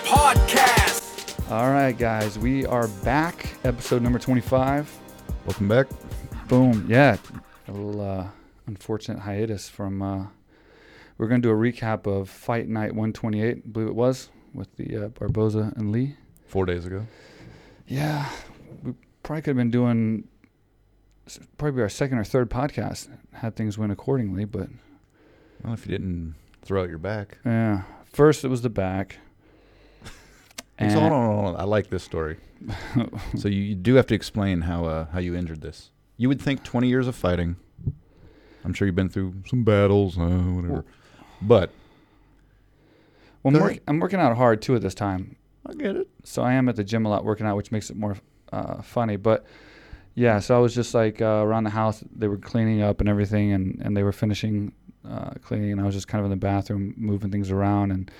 podcast. All right, guys, we are back. Episode number 25. Welcome back. Boom. Yeah. A little uh, unfortunate hiatus from. Uh, we're going to do a recap of Fight Night 128, I believe it was, with the uh, Barboza and Lee. Four days ago. Yeah. We probably could have been doing s- probably our second or third podcast, had things went accordingly, but Well, if you didn't throw out your back. yeah. First, it was the back. So hold on, hold on. I like this story. so you, you do have to explain how uh, how you injured this. You would think 20 years of fighting. I'm sure you've been through some battles, uh, whatever. But Well, I'm, Go work, ahead. I'm working out hard too at this time. I get it. so I am at the gym a lot working out, which makes it more uh, funny. But yeah, so I was just like uh, around the house. They were cleaning up and everything, and and they were finishing uh, cleaning, and I was just kind of in the bathroom moving things around, and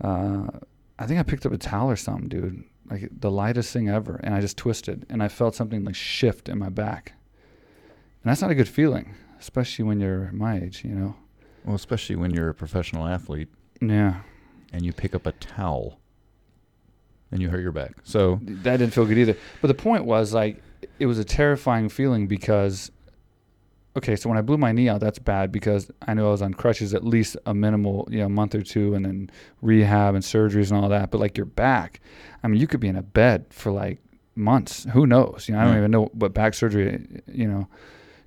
uh, I think I picked up a towel or something, dude. Like the lightest thing ever, and I just twisted, and I felt something like shift in my back, and that's not a good feeling, especially when you're my age, you know. Well, especially when you're a professional athlete Yeah, and you pick up a towel and you hurt your back. So that didn't feel good either. But the point was like it was a terrifying feeling because okay, so when I blew my knee out, that's bad because I knew I was on crutches at least a minimal, you know, month or two and then rehab and surgeries and all that. But like your back, I mean, you could be in a bed for like months. Who knows? You know, I don't Yeah. even know what back surgery, you know,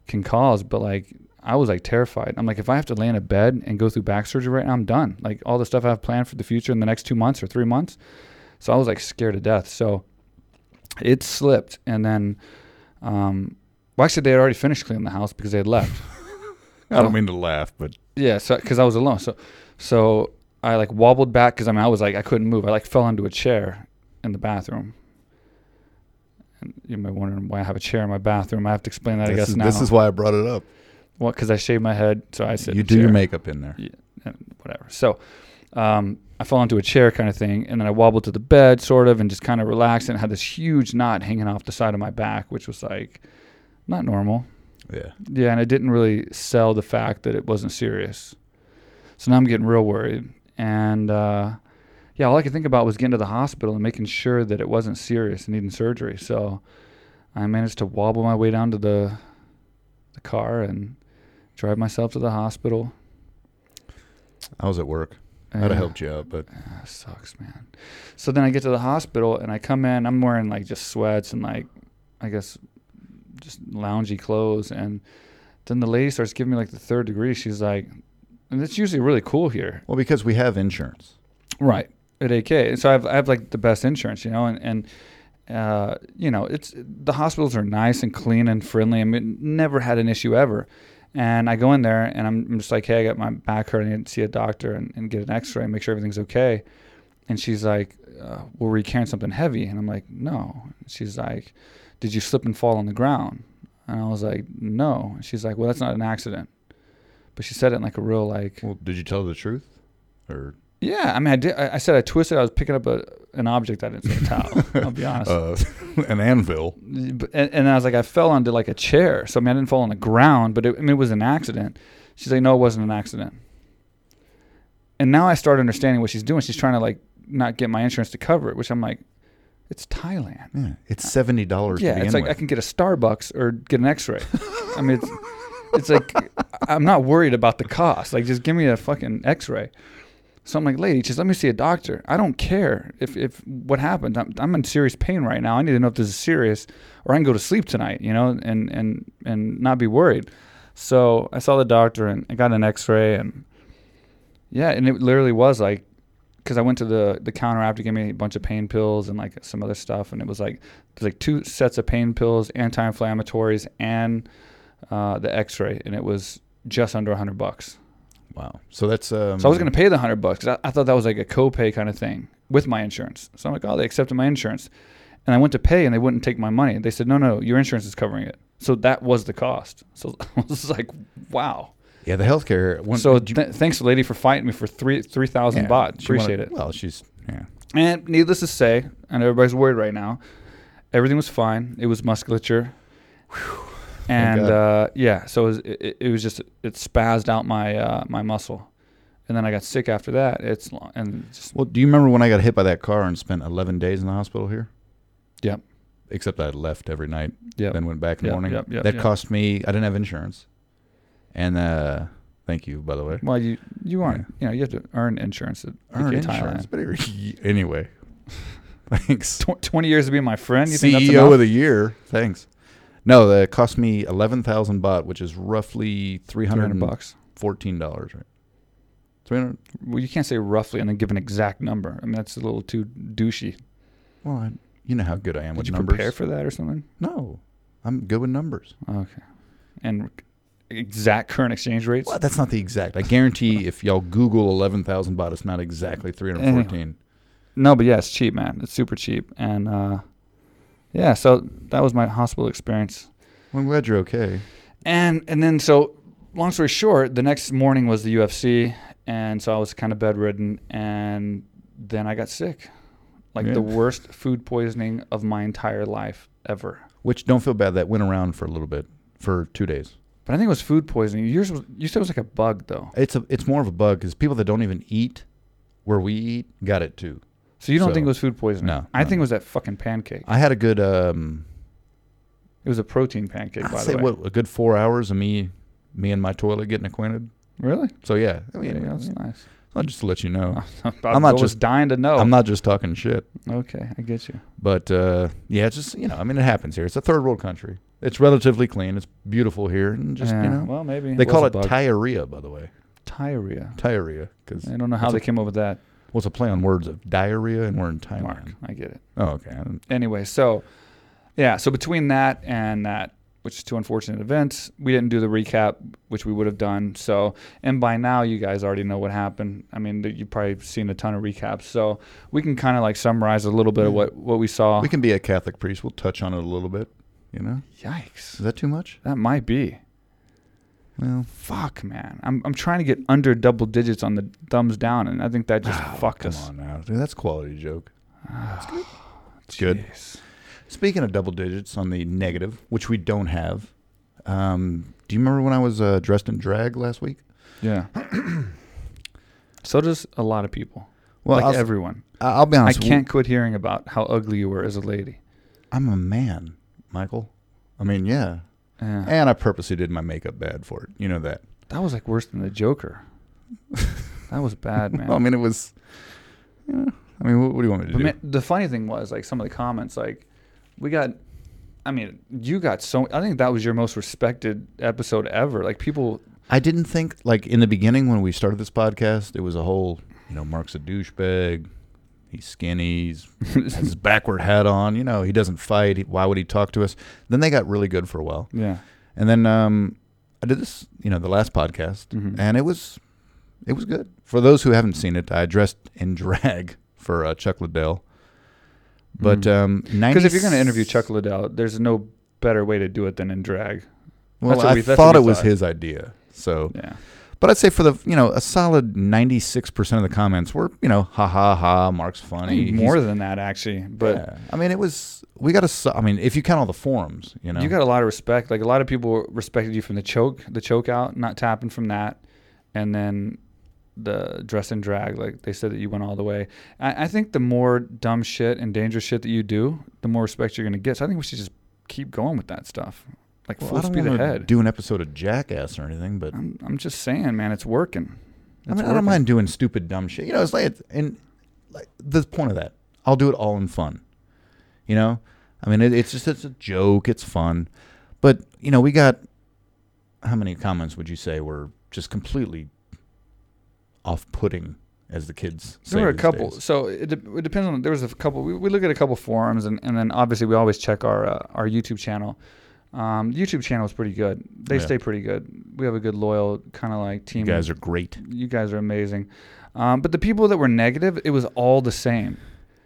can cause, but like I was like terrified. I'm like, if I have to lay in a bed and go through back surgery right now, I'm done. Like all the stuff I have planned for the future in the next two months or three months. So I was like scared to death. So it slipped, and then, um, well, actually, they had already finished cleaning the house because they had left. I don't mean to laugh, but yeah, so because I was alone, so so I like wobbled back because I mean I was like I couldn't move. I like fell into a chair in the bathroom. And you might wonder why I have a chair in my bathroom. I have to explain that, I this, guess is, now. this is why I brought it up. well because I shaved my head, so I said You do your makeup in there. whatever. So um, I fell into a chair kind of thing, and then I wobbled to the bed sort of, and just kind of relaxed, and had this huge knot hanging off the side of my back, which was like not normal. Yeah. Yeah, and it didn't really sell the fact that it wasn't serious. So now I'm getting real worried, and uh, yeah, all I could think about was getting to the hospital and making sure that it wasn't serious and needing surgery. So I managed to wobble my way down to the the car and drive myself to the hospital. I was at work. I'd have And- helped you out, but That sucks, man. So then I get to the hospital and I come in. I'm wearing like just sweats and like, I guess, just loungy clothes. And then the lady starts giving me like the third degree. She's like, and it's usually really cool here, well, because we have insurance. right? At AK, And so I have I have like the best insurance, you know, and and. Uh, you know, it's the hospitals are nice and clean and friendly. I mean, never had an issue ever. And I go in there and I'm, I'm just like, hey, I got my back hurt. I need to see a doctor and, and get an x ray and make sure everything's okay. And she's like, uh, well, were you carrying something heavy? And I'm like, no. She's like, did you slip and fall on the ground? And I was like, no. And she's like, well, that's not an accident. But she said it in like a real like, Well, did you tell the truth? Or yeah. I mean, I did. I, I said I twisted. I was picking up a, an object I didn't say a towel. I'll be honest. uh, an anvil? and, and I was like, I fell onto like a chair. So I mean, I didn't fall on the ground, but it, I mean, it was an accident. She's like, no, it wasn't an accident. And now I start understanding what she's doing. She's trying to like not get my insurance to cover it, which I'm like, it's Thailand. Yeah, it's seventy dollars. to Yeah, begin it's like with. I can get a Starbucks or get an X-ray. I mean, it's it's like I'm not worried about the cost. Like, just give me a fucking X-ray. So I'm like, lady, just let me see a doctor. I don't care if, if what happened. I'm, I'm in serious pain right now. I need to know if this is serious, or I can go to sleep tonight, you know, and and and not be worried. So I saw the doctor and I got an X-ray and yeah, and it literally was like because I went to the the counter after gave me a bunch of pain pills and like some other stuff, and it was like there's like two sets of pain pills, anti-inflammatories, and uh, the X-ray, and it was just under hundred bucks. wow. So that's um, So I was gonna pay the hundred bucks. 'cause I, I thought that was like a copay kind of thing with my insurance. So I'm like, oh, they accepted my insurance, and I went to pay, and they wouldn't take my money. They said, no, no, your insurance is covering it. So that was the cost. So I was like, wow. yeah the healthcare. One, so th- thanks, lady, for fighting me for three three thousand yeah, baht. she wanted- Appreciate it. Well, she's yeah. And needless to say, and everybody's worried right now, everything was fine. It was musculature. And God. uh, yeah, so it was, it, it was just, it spazzed out my, uh, my muscle. and then I got sick after that. It's long, and just Well, do you remember when I got hit by that car and spent 11 days in the hospital here? Yep. Except I left every night, Yep. then went back in the Yep, morning. yep, yep, that yep. cost me, I didn't have insurance. And uh, thank you, by the way. well, you you aren't you know you have to earn insurance at VK Earn Thailand. insurance. But it- anyway, thanks. Tw- Twenty years to be my friend. You think that's CEO E of enough? the year. Thanks. No, that cost me 11,000 baht, which is roughly 300 $314, bucks. right? 300 Well, you can't say roughly and then give an exact number. I mean, that's a little too douchey. Well, I, you know how good I am Would with you numbers. prepare for that or something? no, I'm good with numbers. Okay. And exact current exchange rates. Well, that's not the exact. I guarantee if y'all Google 11,000 baht, it's not exactly 314. No, but yeah, it's cheap, man. It's super cheap. And uh, yeah, so that was my hospital experience. Well, I'm glad you're okay. And and then so long story short, the next morning was the UFC, and so I was kind of bedridden, and then I got sick, like Yeah. the worst food poisoning of my entire life ever. Which don't feel bad. That went around for a little bit, for two days. But I think it was food poisoning. Yours was you said it was like a bug though, It's a it's more of a bug because people that don't even eat where we eat got it too. so you don't So- think it was food poisoning? No, I no, think no. it was that fucking pancake. I had a good um, It was a protein pancake, I'd by say the way. what a good four hours of me me and my toilet getting acquainted. Really? So Oh, yeah, I yeah, mean, that's nice. I'll just let you know. I'm not not just just- dying to know. I'm not just talking shit. Okay, I get you. But uh, yeah, it's just you know, I mean, it happens here. It's a third world country. It's relatively clean. It's beautiful here, and just Yeah, you know, well, maybe they call was it a bug. diarrhea, by the way, diarrhea. diarrhea, because I don't know how It's they a- came up with that. what's a play on words of diarrhea, and we're in Thailand. Mark, I get it. Oh, okay. I don't- Anyway, so yeah, so between that and that, which is two unfortunate events, we didn't do the recap, which we would have done. So, and by now you guys already know what happened. I mean, th- you've probably seen a ton of recaps, so we can kind of like summarize a little bit of Yeah. what what we saw. We can be a Catholic priest. We'll touch on it a little bit. You know, is Yikes, that too much? that might be. Well, Fuck, man. I'm I'm trying to get under double digits on the thumbs down, and I think that just fucked come us. on now, dude. That's quality joke. It's good. Speaking of double digits on the negative, which we don't have. Um, do you remember when I was uh, dressed in drag last week? Yeah. so does a lot of people. Well, like I'll, everyone. I'll be I honest. w- can't quit hearing about how ugly you were as a lady. I'm a man, Michael. I mean, yeah. Yeah. And I purposely did my makeup bad for it. You know that. that was like worse than the Joker. that was bad, man. I mean, it was. You know, I mean, what, what do you want me to But do? man, the funny thing was, like, some of the comments, like, we got, I mean, you got so, I think that was your most respected episode ever. Like, people, I didn't think like in the beginning when we started this podcast, it was a whole. You know, Mark's a douchebag. He's skinny. He's has his backward hat on. You know, he doesn't fight. He, why would he talk to us? Then they got really good for a while, yeah. and then um, I did this. You know, the last podcast, Mhm. and it was, it was good. For those who haven't seen it, I dressed in drag for uh, Chuck Liddell. But Mhm. um, Because if you're going to interview Chuck Liddell, there's no better way to do it than in drag. well, that's what I we- that's what thought we it was thought. his idea. So, Yeah. but I'd say for the you know a solid ninety six percent of the comments were you know ha ha ha Mark's I funny think more than that, actually. But but I mean it was we got a so- I mean if you count all the forums you know You got a lot of respect. Like a lot of people respected you from the choke, the choke out, not tapping from that, and then the dress and drag. Like they said that you went all the way. I, I think the more dumb shit and dangerous shit that you do, the more respect you're gonna get. So I think we should just keep going with that stuff, like Well, I full don't speed wanna ahead. do an episode of Jackass or anything but I'm, I'm just saying, man, it's working. I It's mean I don't working. mind doing stupid dumb shit you know it's like it's- and like the point of that I'll do it all in fun you know I mean it, it's just it's a joke it's fun but you know we got how many comments would you say were just completely off-putting as the kids say There were a these couple. days? So it, de- it depends on. There was a couple. We, we look at a couple forums, and, and then obviously we always check our uh, our YouTube channel. Um, YouTube channel is pretty good. They Yeah. stay pretty good. We have a good loyal kind of like team. you guys are great you guys are amazing. Um, but the people that were negative, it was all the same.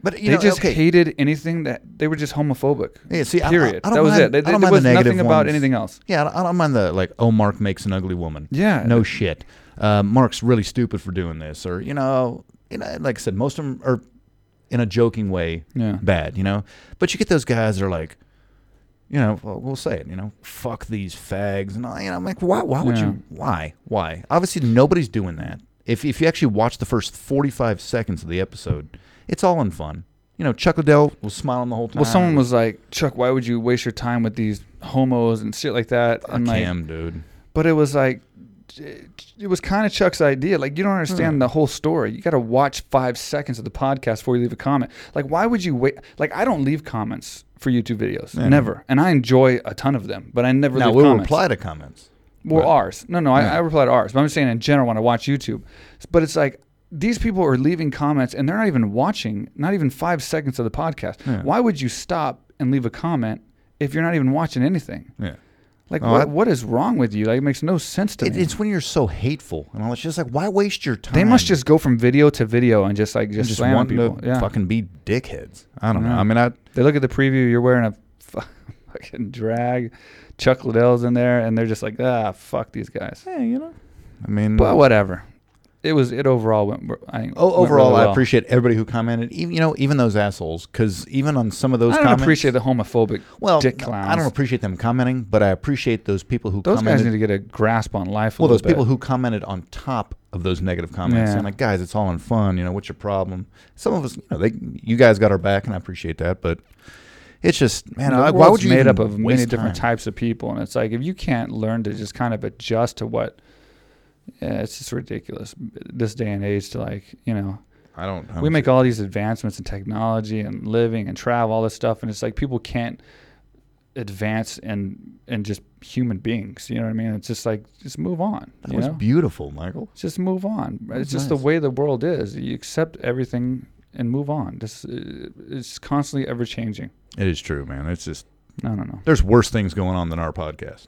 But you they know, just okay. hated anything that they were just homophobic. Yeah, see, I- I- period. I don't that was mind- it. They, I they, don't there mind the was nothing negative about ones. anything else. Yeah, I don't- I don't mind the like. Oh, Mark makes an ugly woman. Yeah. No shit. Uh, Mark's really stupid for doing this, or you know, you know, like I said, most of them are in a joking way Yeah. bad, you know. But you get those guys that are like, you know, well, we'll say it, you know, fuck these fags, and I, you know, I'm like, why? Why would Yeah. you? Why? Why? Obviously, nobody's doing that. If if you actually watch the first 45 seconds of the episode, it's all in fun. You know, Chuck Liddell was smiling the whole time. Well, someone was like, Chuck, why would you waste your time with these homos and shit like that? Fuck And like, him, dude. but it was like, it was kind of Chuck's idea. Like, you don't understand Hmm. the whole story. You got to watch five seconds of the podcast before you leave a comment. Like, why would you wait? Like, I don't leave comments for YouTube videos, Yeah. never. And I enjoy a ton of them, but I never Now leave we'll comments. reply to comments. Well, But- ours. No, no, I, Yeah. I reply to ours. But I'm just saying in general when I watch YouTube. But it's like these people are leaving comments and they're not even watching, not even five seconds of the podcast. Yeah. Why would you stop and leave a comment if you're not even watching anything? Yeah. Like, Oh, what, I- what is wrong with you? Like, it makes no sense to It, me. it's when you're so hateful and all that shit. It's like, why waste your time? They must just go from video to video and just like You just, just slam on want people. to Yeah, fucking be dickheads. I don't know. Yeah. I mean, I they look at the preview. You're wearing a fu- fucking drag. Chuck Liddell's in there, and they're just like, ah, fuck these guys. hey, you know. I mean, But whatever. It was it overall went. I think, O- went oh, overall, really I well. appreciate everybody who commented. Even you know, even those assholes, because even on some of those I don't comments, appreciate the homophobic. well, dick no, clowns. I don't appreciate them commenting, but I appreciate those people who Those guys commented. need to get a grasp on life. A well, little those people bit. who commented on top of those negative comments, Yeah. saying like, "Guys, it's all in fun. You know, what's your problem?" Some of us, you know, they, you guys got our back, and I appreciate that. But it's just, man, The I, why world's would you made even up of many waste different time? types of people, and it's like if you can't learn to just kind of adjust to what, yeah, it's just ridiculous this day and age to like you know I don't. I we don't make see- all these advancements in technology and living and travel, all this stuff, and it's like people can't advance and and just human beings. You know what I mean? It's just like just move on. that you was know? beautiful, Michael. just move on. was It's just nice. the way the world is. You accept everything and move on. This uh, it's constantly ever changing. It is true, man. It's just I don't know. there's worse things going on than our podcast.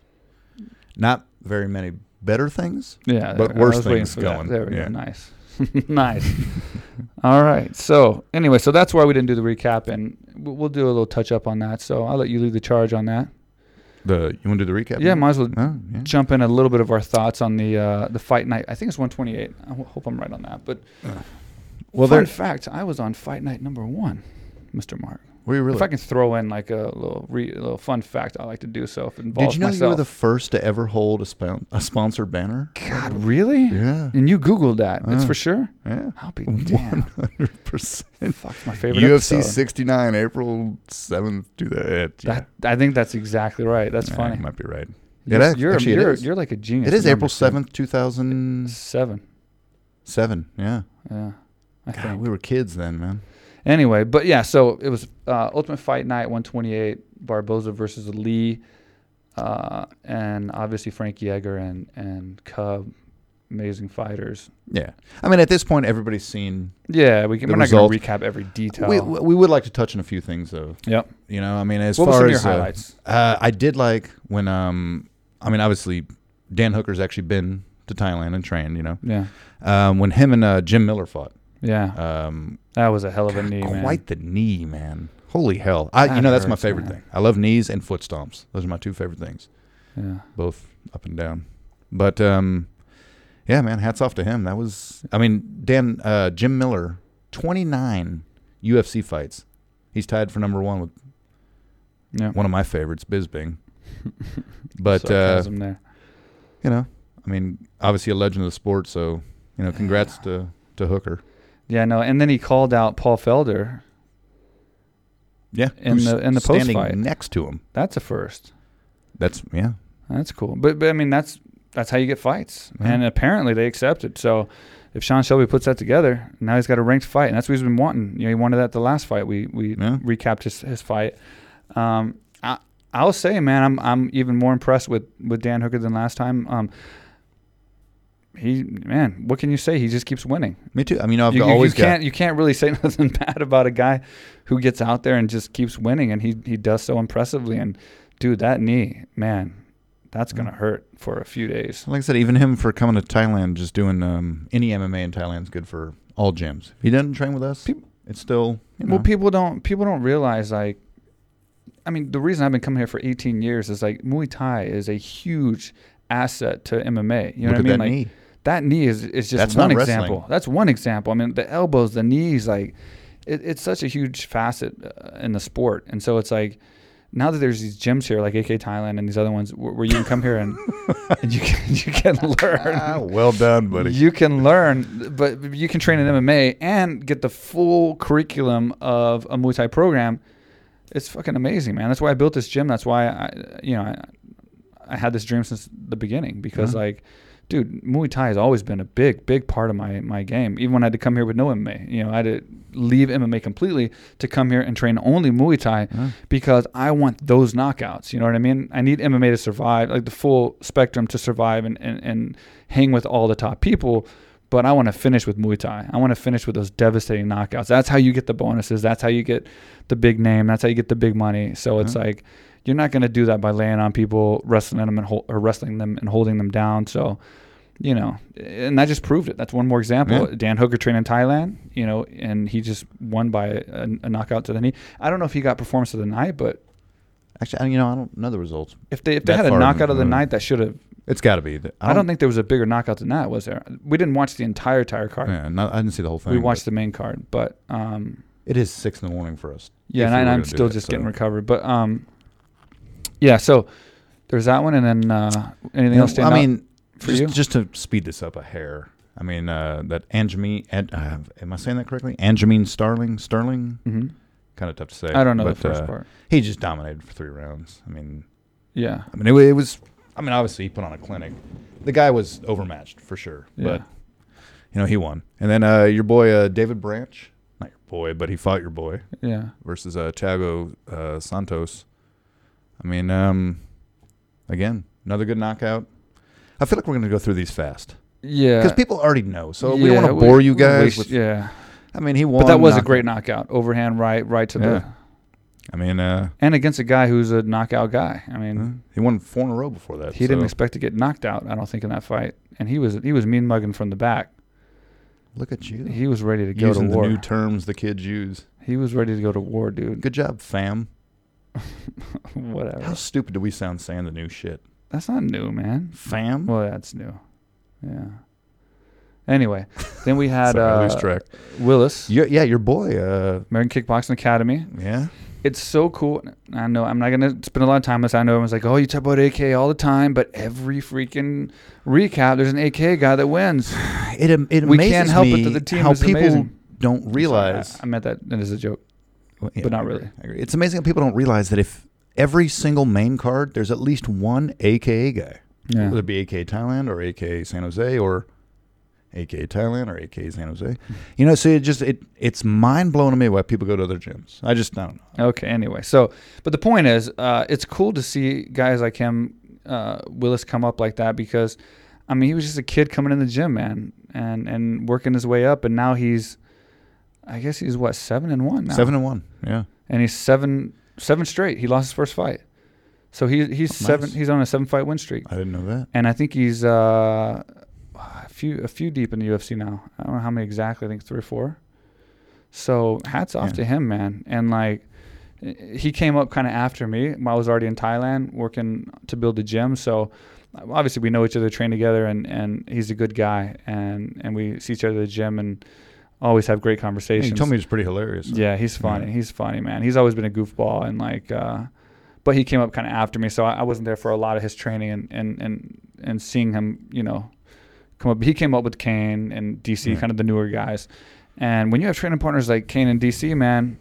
Not very many better things. Yeah, But I worse was waiting things for that. going. There we Yeah. go. Nice, nice. All right. So anyway, so that's why we didn't do the recap, and w- we'll do a little touch up on that. So I'll let you lead the charge on that. The you want to do the recap? Yeah, might as well Oh, yeah. jump in a little bit of our thoughts on the uh, the fight night. I think it's 128. I ho- hope I'm right on that. But Well, fun there. fact, I was on fight night number one, Mr. Mark. Were you really? If I can throw in like a little re, a little fun fact, I like to do so. If it involves Did you know myself. you were the first to ever hold a, spon- a sponsor banner? God, really? Yeah. And you Googled that? It's Uh. for sure. Yeah. I'll be damned. 100%. Fuck my favorite UFC episode. 69, April 7th, do that. Yeah. That I think that's exactly right. That's Yeah, funny. You might be right. You're, It is- you're, actually, it you're, is. you're like a genius. It is in April numbers, man. 7th, 2007. Seven. Yeah. Yeah. I God, think. we were kids then, man. Anyway, but yeah, so it was uh, Ultimate Fight Night 128, Barboza versus Lee, uh, and obviously Frank Yeager and and Cub, amazing fighters. Yeah. I mean, at this point, everybody's seen. Yeah, we can, The we're not going to result- recap every detail. We, we would like to touch on a few things, though. yep. You know, I mean, as What were far some of your as. uh, highlights? Uh, I did like when, um, I mean, obviously, Dan Hooker's actually been to Thailand and trained, you know. yeah, Um, when him and uh, Jim Miller fought. yeah, Um, that was a hell of a knee, man. quite the knee, man. Holy hell! I, you That know that's my hurts, favorite man. thing. I love knees and foot stomps. Those are my two favorite things, Yeah, both up and down. But um, yeah, man, hats off to him. That was, I mean, Dan uh, Jim Miller, twenty nine UFC fights. He's tied for number one with yeah. one of my favorites, Bisbing. But uh, Sarcasm there. you know, I mean, obviously a legend of the sport. So you know, congrats to to Hooker. yeah, no, and then he called out Paul Felder. Yeah, In who's the- in the standing post-fight. next to him. That's a first. That's yeah. That's cool. But but I mean that's that's how you get fights. Yeah. And apparently they accepted. So if Sean Shelby puts that together, now he's got a ranked fight, and that's what he's been wanting. You know, he wanted that the last fight. We we Yeah. recapped his, his fight. Um, I I'll say, man, I'm I'm even more impressed with with Dan Hooker than last time. Um, he man, what can you say? He just keeps winning. Me too. I mean, I've You, you- you always got can't you can't really say nothing bad about a guy who gets out there and just keeps winning, and he he does so impressively. And dude, that knee, man, that's Mm. gonna hurt for a few days. Like I said, even him for coming to Thailand, just doing um, any MMA in Thailand's good for all gyms. If he doesn't train with us, Peop- it's still you know, Well, people don't people don't realize like, I mean, the reason I've been coming here for 18 years is like Muay Thai is a huge asset to MMA. You know look what I mean? at that Like knee. that knee is is just That's one not wrestling. example. That's one example. I mean, the elbows, the knees, like it, it's such a huge facet uh, in the sport, and so it's like now that there's these gyms here, like AK Thailand and these other ones, where, where you can come here and, and you can you can Ah, learn. well done, buddy. You can learn, but you can train in MMA and get the full curriculum of a Muay Thai program. It's fucking amazing, man. That's why I built this gym. That's why I, you know, I, I had this dream since the beginning because Yeah. like, dude, Muay Thai has always been a big, big part of my my game. Even when I had to come here with no MMA, you know, I had to leave MMA completely to come here and train only Muay Thai Yeah. because I want those knockouts. You know what I mean? I need MMA to survive, like the full spectrum to survive and, and, and hang with all the top people. But I want to finish with Muay Thai. I want to finish with those devastating knockouts. That's how you get the bonuses. That's how you get the big name. That's how you get the big money. So it's Yeah. like you're not going to do that by laying on people, wrestling them and hol- or wrestling them and holding them down. So you know, and that just proved it. That's one more example. Yeah. Dan Hooker trained in Thailand, you know, and he just won by a, a knockout to the knee. I don't know if he got performance of the night, but Actually, I- you know, I don't know the results. if they if they That had a far knockout of the in- night, that should have. It's got to be. th- I don't think there was a bigger knockout than that, was there? We didn't watch the entire entire card. Yeah, not, I didn't see the whole thing. we but watched the main card, but um, It is six in the morning for us. yeah, if and, we I, and were I'm gonna do still that, just so- getting recovered. But um, yeah, so there's that one, and then uh, anything You know, else? Stand I out mean, for just, you? just to speed this up a hair. I mean, uh, that Anjami. An, uh, am I saying that correctly? Anjamine Starling. Sterling. hmm Kind of tough to say. I don't know but, the first uh, part. He just dominated for three rounds. I mean, Yeah, I mean, it, wa- it was. I mean, obviously, he put on a clinic. The guy was overmatched for sure, yeah, but you know he won. And then uh, your boy uh, David Branch, not your boy, but he fought your boy yeah. versus uh, Thiago uh, Santos. I mean, um, again, another good knockout. I feel like we're going to go through these fast Yeah. because people already know, so we don't Yeah, want to bore you we guys. waste- With, yeah. I mean, he won. But that was a knock- great knockout. Overhand right, right to the. Yeah. I mean, uh, And against a guy who's a knockout guy. I mean, he won four in a row before that. he didn't Mm-hmm. so expect to get knocked out, I don't think, in that fight. And he was he was mean mugging from the back. look at you He was ready to go using to the war. new terms the kids use. he was ready to go to war, dude. Good job, fam. How Whatever. stupid do we sound saying the new shit? That's not new, man. Fam? Well, that's new. Yeah. Anyway, then we had Sorry, I lose uh, track. Willis, Yeah, yeah, your boy. Uh, American Kickboxing Academy. yeah. It's so cool. I know I'm not gonna spend a lot of time on this. I know everyone's like, "Oh, you talk about AK all the time," but every freaking recap, there's an AK guy that wins. It, am- it We amazes can't help me it that the team how is people amazing. don't realize. I, I meant that as a joke. Well, yeah, but not I agree, really. I agree. It's amazing how people don't realize that if every single main card, there's at least one AKA guy. Whether Yeah, it be AK Thailand or AK San Jose or AK Thailand or AK San Jose. You know, so it just, it it's mind blowing to me why people go to other gyms. I just, I don't know. Okay. Anyway, so but the point is, uh, it's cool to see guys like him, uh, Willis, come up like that because, I mean, he was just a kid coming in the gym, man, and and working his way up, and now he's, I guess he's what seven and one now. Seven and one. Yeah. and he's seven seven straight. He lost his first fight, so he he's Oh, Nice. seven. He's on a seven fight win streak, I didn't know that. and I think he's uh, a few a few deep in the UFC now. I don't know how many exactly. I think three or four. So hats off Yeah. to him, man. And like, eh, he came up kind of after me. when I was already in Thailand working to build the gym, so. Obviously, we know each other, train together, and, and he's a good guy, and, and we see each other at the gym, and always have great He conversations. told me it was pretty hilarious. Yeah, he's funny. Yeah. He's funny, man. He's always been a goofball and like, uh, but he came up kind of after me, so I, I wasn't there for a lot of his training and and and and seeing him, you know, come up. He came up with Kane and DC, Right. kind of the newer guys. And when you have training partners like Kane and DC, man,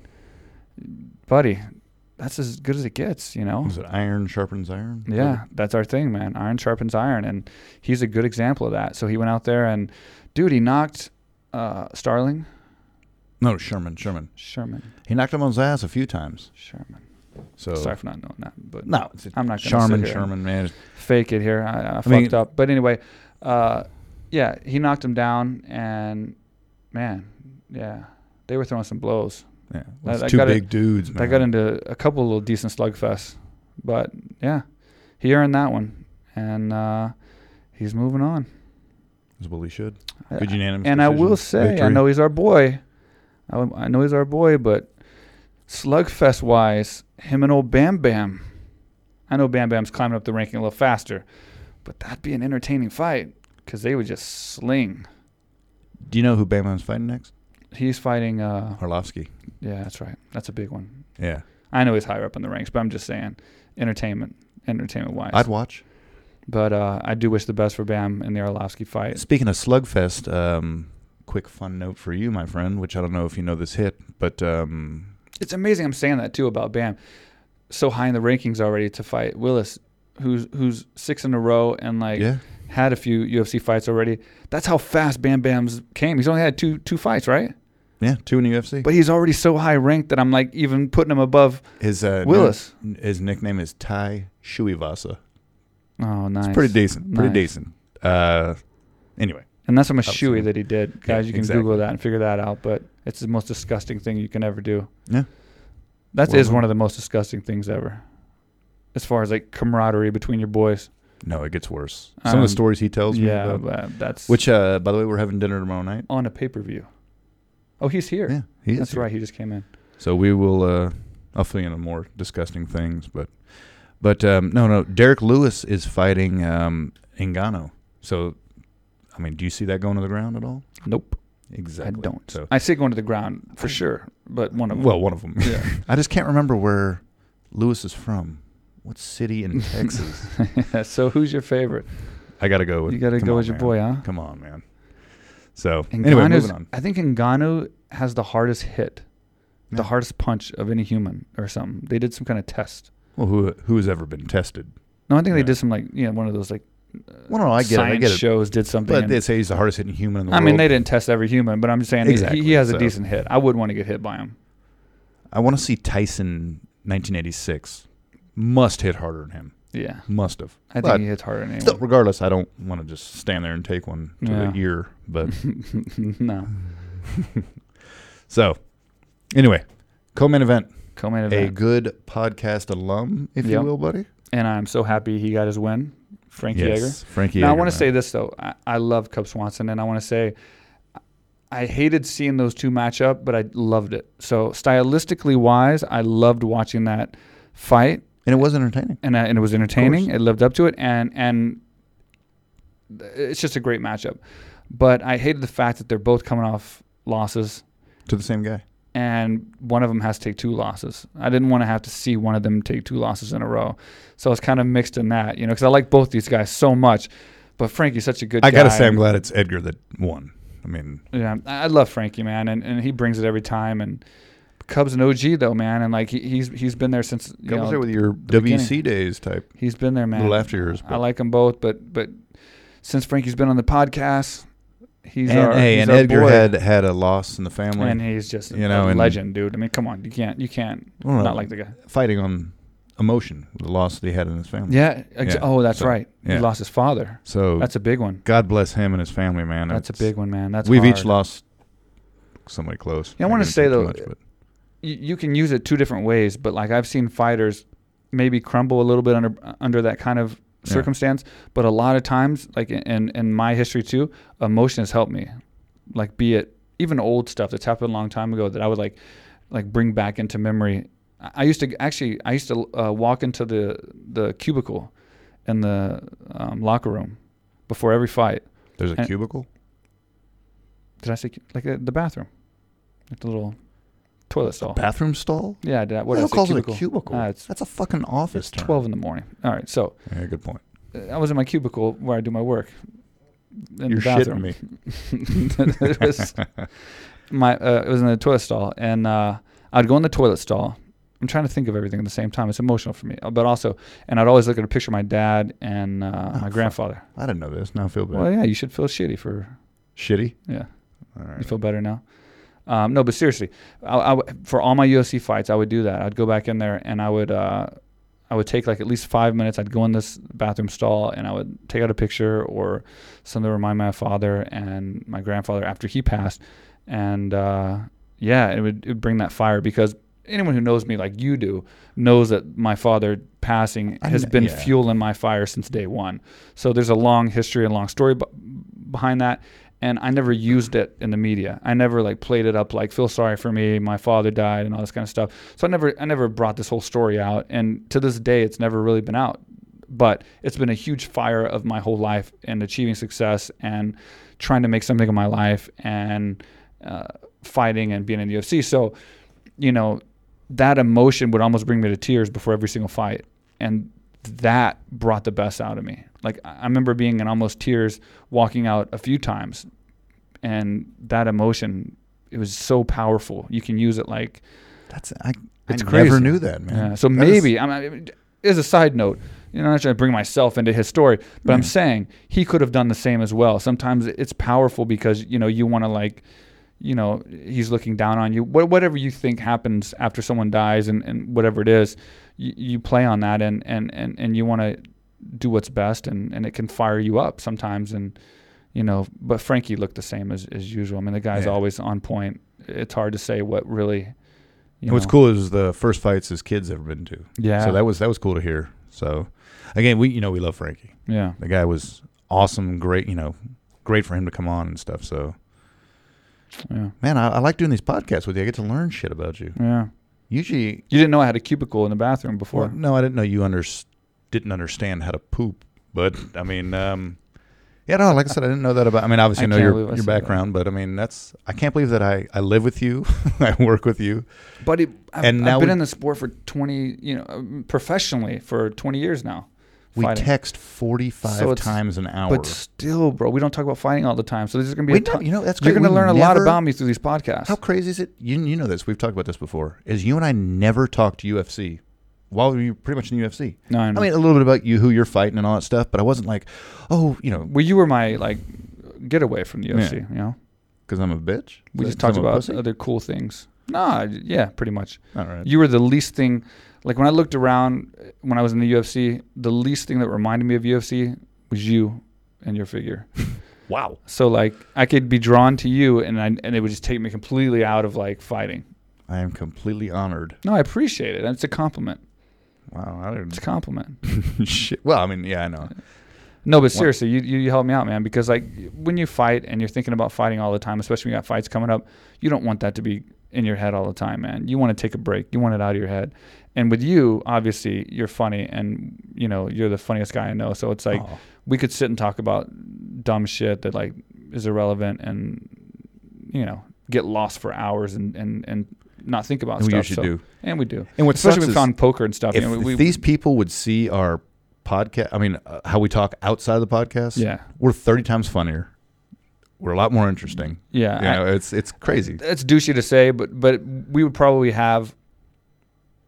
buddy, that's as good as it gets, you know. Was it iron sharpens iron? Yeah, that's our thing, man. Iron sharpens iron, and he's a good example of that. So he went out there and, dude, he knocked uh, Starling No, Sherman. Sherman. Sherman. He knocked him on his ass a few times. Sherman. So Sorry for not knowing that, but no, it's I'm not gonna sit Sherman. here. Sherman, man. fake it here. I, I, fucked mean- up. But anyway, uh, yeah, he knocked him down, and man, yeah, they were throwing some blows. Yeah, That- it's that two got it- big dudes, man. That got into a couple little decent slugfests, but yeah, he earned that one, and uh, he's moving on. That's what he should. I- Good unanimous. Uh, and I will decision. say, I Victory. know he's our boy. I, w- I know he's our boy, but slugfest wise, him and old Bam Bam. I know Bam Bam's climbing up the ranking a little faster, but that'd be an entertaining fight because they would just sling. Do you know who Bam Bam's fighting next? He's fighting. Uh, Arlovsky. yeah, that's right. That's a big one. Yeah. I know he's higher up in the ranks, but I'm just saying, entertainment, entertainment wise. I'd watch. but uh, I do wish the best for Bam in the Arlovsky fight. Speaking of Slugfest, um, quick fun note for you, my friend, which I don't know if you know this hit, but um, It's amazing I'm saying that too about Bam, so high in the rankings already to fight Willis, who's who's six in a row and like yeah, had a few UFC fights already. That's how fast Bam Bam's came. He's only had two two fights, right? yeah, two in the UFC. But he's already so high ranked that I'm like even putting him above his uh, Willis. n- his nickname is Tai Shuivasa. Oh, nice. It's pretty decent. Pretty Nice. decent. Uh, anyway, And that's a Absolutely. mashui that he did. Guys, you can exactly. Google that and figure that out. But it's the most disgusting thing you can ever do. Yeah. that is Well one done. of the most disgusting things ever. As far as like camaraderie between your boys. no, it gets worse. Some of Um, the stories he tells me. yeah, about- but that's which, uh, by the way, we're having dinner tomorrow night. on a pay per view. Oh, he's here. Yeah, he is that's here. right. He just came in. So we will. Uh, I'll fill you in on more disgusting things, but but um, no, no. Derek Lewis is fighting um, Ngannou. So, I mean, do you see that going to the ground at all? Nope, Exactly. I don't. So, I say going to the ground for sure, but one of them. well, one of them. yeah. I just can't remember where Lewis is from. What city in Texas? so who's your favorite? I gotta go with. You got to come go on, with your man. boy, huh? Come on, man. So And anyway, Ngannou's- moving on. I think Ngannou has the hardest hit, Yeah. the hardest punch of any human or something. They did some kind of test. Well, who who has ever been tested? No, I think they Yeah. did some like you know one of those like uh, Well, no, I get it, I science get it. shows did something. But and- they say he's the hardest hitting human in the I world. mean, they didn't test every human, but I'm just saying he- he, Exactly, he has a so. decent hit. I would want to get hit by him. I want to see Tyson 1986. Must hit harder than him. Yeah, Must have. I think But- he hits harder than Still, anyone. regardless, I don't want to just stand there and take one to Yeah. the ear. But no, so anyway, co-main event. co-main A event, good podcast alum, if you Yep. will, buddy. and I'm so happy he got his win, Frank Yeager. Frankie. Now I Yeager, want man. to say this though. I, I love Cub Swanson, and I want to say I hated seeing those two match up, but I loved it. So stylistically wise, I loved watching that fight, and it was entertaining. and I, and it was entertaining. It lived up to it, and and it's just a great matchup. But I hated the fact that they're both coming off losses, To the same guy. and one of them has to take two losses. I didn't want to have to see one of them take two losses in a row, so I was kind of mixed in that, you know, because I like both these guys so much. But Frankie's such a good. I gotta guy. say, I'm glad it's Edgar that won. I mean, Yeah, I I love Frankie, man, and, and he brings it every time. And Cubs an OG though, man, and like he, he's he's been there since you come know, there with your E WC days type, he's been there, man. little after yours. I like them both, but but since Frankie's been on the podcast, he's and, our hey, he's and our Edgar boy. had had a loss in the family, and he's just you you know, know a and- legend, dude. I mean, come on, you can't you can't Well, not like the guy. fighting on emotion, the loss that he had in his family. Yeah, ex- Yeah, oh that's so, right. yeah. He lost his father. So That's a big one. God bless him and his family, man. That's a It's- big one, man. That's we've hard. each lost somebody close. Yeah, I wanna didn't say, too though, much, but- you, you can use it two different ways, but like I've seen fighters maybe crumble a little bit under under that kind of Yeah. circumstance, but a lot of times like in in my history too, emotion has helped me. Like be it even old stuff that's happened a long time ago that I would like like bring back into memory. I I used to actually I used to uh, walk into the the cubicle in the um, locker room before every fight. there's a and- cubicle. Did I say cu- like uh, the bathroom? Like the little toilet stall. Bathroom stall. yeah, did I, Oh. what What did I Who say? calls cubicle? it a cubicle? Ah, it's That's a fucking office. It's term. 12 in the morning. All right. So Yeah, good point. uh, I was in my cubicle where I do my work. In You're the bathroom. shitting me. it was my uh, it was in the toilet stall, and uh, I'd go in the toilet stall. I'm trying to think of everything at the same time. It's emotional for me, uh, but also, and I'd always look at a picture of my dad and uh, Oh, my fuck. grandfather. I didn't know this. Now I feel bad. Well, yeah, you should feel shitty for Shitty. yeah. All You right. feel better now? Um, no, but seriously, I, I w- for all my UFC fights, I would do that. I'd go back in there and I would, uh, I would take like at least five minutes. I'd go in this bathroom stall and I would take out a picture or something to remind my father and my grandfather after he passed. And uh, yeah, it would, it would bring that fire because anyone who knows me like you do knows that my father passing I has kn- been yeah. fuel in my fire since day one. So there's a long history and long story b- behind that. And I never used it in the media. I never like played it up like feel sorry for me, my father died and all this kind of stuff. So I never I never brought this whole story out and to this day it's never really been out. But it's been a huge fire of my whole life and achieving success and trying to make something of my life and uh, fighting and being in the UFC. So, you know, that emotion would almost bring me to tears before every single fight, and that brought the best out of me. Like I I remember being in almost tears, walking out a few times, and that emotion it was so powerful. You can use it like That's I. It's I crazy. never knew that, man. yeah, so That is- maybe I'm I- as a side note, you know, I'm not trying to bring myself into his story, but I'm Yeah. saying he could have done the same as well. Sometimes it's powerful because you know you want to like, you know, he's looking down on you. Wha- Whatever you think happens after someone dies and, and whatever it is, you, you play on that and and and, and you want to do what's best and and it can fire you up sometimes and you know. But Frankie looked the same as as usual. I mean, the guy's Yeah. always on point. It's hard to say what really. you And what's know. cool is the first fights his kids ever been to. Yeah. So that was that was cool to hear. So again, we you know we love Frankie. yeah. The guy was awesome, great. You know, great for him to come on and stuff. So Yeah. man, I, I like doing these podcasts with you. I get to learn shit about you. Yeah. Usually, You didn't know I had a cubicle in the bathroom well, before. no, I didn't know you under, didn't understand how to poop. But I mean, um, yeah, no, like I said, I didn't know that about. I mean, obviously, I I know can't believe I your your said that. background, but I mean, that's I can't believe that I I live with you, I work with you. But it, I've, And I've now been we- in the sport for 20, you know, um, professionally for 20 years now. We fighting. text forty five So it's- times an hour. But still, bro, we don't talk about fighting all the time. So there's going to be We a never- ton. you know that's You're great. going to We learn a lot never- about me through these podcasts. How crazy is it? You you know this. We've talked about this before. Is you and I never talked UFC while we were pretty much in UFC. no, I I know. mean, a little bit about you, who you're fighting, and all that stuff. But I wasn't like, oh, you know, well, you were my like getaway from the Yeah. UFC. You know, because I'm a bitch. we just Is that 'cause talked I'm a about pussy? other cool things. Nah, yeah, pretty much. All right. You were the least thing. Like when I looked around uh, when I was in the UFC, the least thing that reminded me of UFC was you and your figure. wow. So like I could be drawn to you, and I, and it would just take me completely out of like fighting. I am completely honored. No, I appreciate it. It's a compliment. Wow. I It's a didn't, compliment. shit. Well, I mean, yeah, I know. No, but seriously, you you, you help me out, man. Because like when you fight and you're thinking about fighting all the time, especially when you got fights coming up, you don't want that to be in your head all the time, man. You want to take a break. You want it out of your head. And with you, obviously, you're funny, and you know you're the funniest guy I know. So it's like Aw. we could sit and talk about dumb shit that like is irrelevant and you know get lost for hours and and and not think about And we stuff. should so- do. and we do. And what Especially sucks when we is found poker and stuff. if, you know, we, if these people would see our podcast, I mean, uh, how we talk outside of the podcast, yeah we're thirty times funnier. We're a lot more interesting. yeah You I- know, it's it's crazy. that's douchey to say, but but we would probably have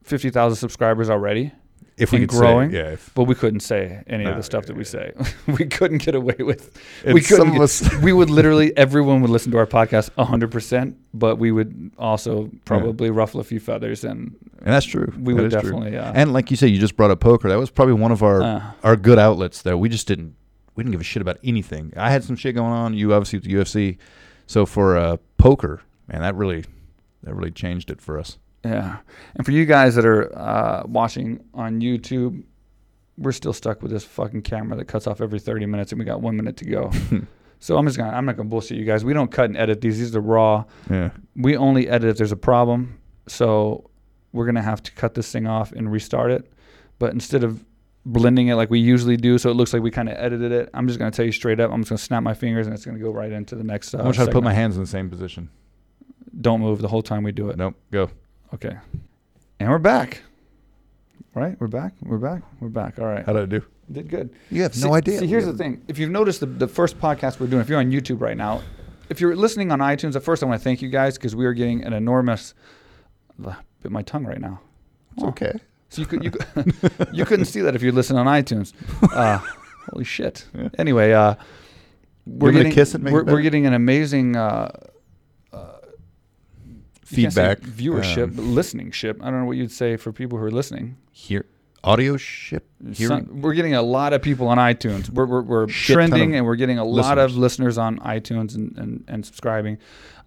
fifty thousand subscribers already, if we and could say it, growing. yeah. If, but we couldn't say any of No, the stuff that we yeah, say. we couldn't get away with. we And couldn't. some of us- get- we would literally everyone would listen to our podcast hundred percent, but we would also probably ruffle a few feathers, and and that's true. we That would is true. definitely. Uh, And like you said, you just brought up poker. That was probably one of our uh, our good outlets. Though we just didn't we didn't give a shit about anything. I had some shit going on. You obviously with the UFC. So for uh, poker, man, that really that really changed it for us. Yeah. And for you guys that are uh, watching on YouTube, we're still stuck with this fucking camera that cuts off every 30 minutes and we got one minute to go. so I'm just going to, I'm not going to bullshit you guys. We don't cut and edit these. These are raw. Yeah. We only edit if there's a problem. So we're going to have to cut this thing off and restart it. But instead of blending it like we usually do, so it looks like we kind of edited it, I'm just going to tell you straight up. I'm just going to snap my fingers and it's going to go right into the next. Uh, I'm gonna try to put my segment. hands in the same position. Don't move the whole time we do it. But nope, go. Okay. And we're back. Right? We're back. We're back. We're back. All right. How did I do? Did good. You have see, See, here's the thing. If you've noticed the, the first podcast we're doing, if you're on YouTube right now, if you're listening on iTunes, at first I want to thank you guys because we are getting an enormous. Ugh, Bit my tongue right now. It's Oh. okay. So you could you, could- you couldn't see that if you listen on iTunes. Uh, holy shit. Yeah. Anyway, uh, we're want me to getting kiss it, make it we're, we're better? getting an amazing uh, you can't say Feedback, viewership, um, but listening ship. I don't know what you'd say for people who are listening. Here, audio ship. Hearing. Some, we're getting a lot of people on iTunes. We're, we're, we're Shit ton trending of and we're getting a lot of listeners on iTunes and, and, and subscribing.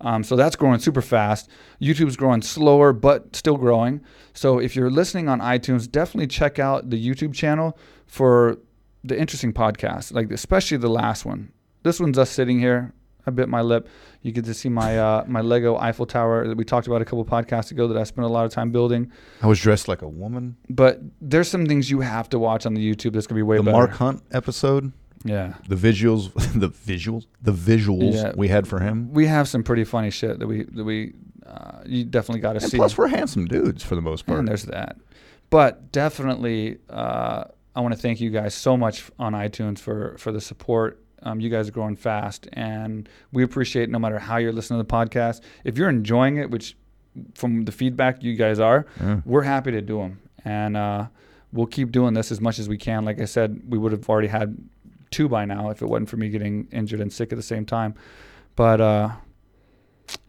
Um, so that's growing super fast. YouTube's growing slower, but still growing. So if you're listening on iTunes, definitely check out the YouTube channel for the interesting podcast, like especially the last one. This one's us sitting here. I bit my lip. You get to see my uh, my Lego Eiffel Tower that we talked about a couple podcasts ago that I spent a lot of time building. I was dressed like a woman. But there's some things you have to watch on the YouTube that's gonna be way The better. Mark Hunt episode. Yeah. the visuals, the visuals, the visuals Yeah. we had for him. We have some pretty funny shit that we that we uh, you definitely got to And see. plus, we're handsome dudes for the most part. And there's that. But definitely, uh, I want to thank you guys so much on iTunes for for the support. Um, you guys are growing fast, and we appreciate no matter how you're listening to the podcast. If you're enjoying it, which from the feedback you guys are, Yeah. we're happy to do them, and uh, we'll keep doing this as much as we can. Like I said, we would have already had two by now if it wasn't for me getting injured and sick at the same time. But uh,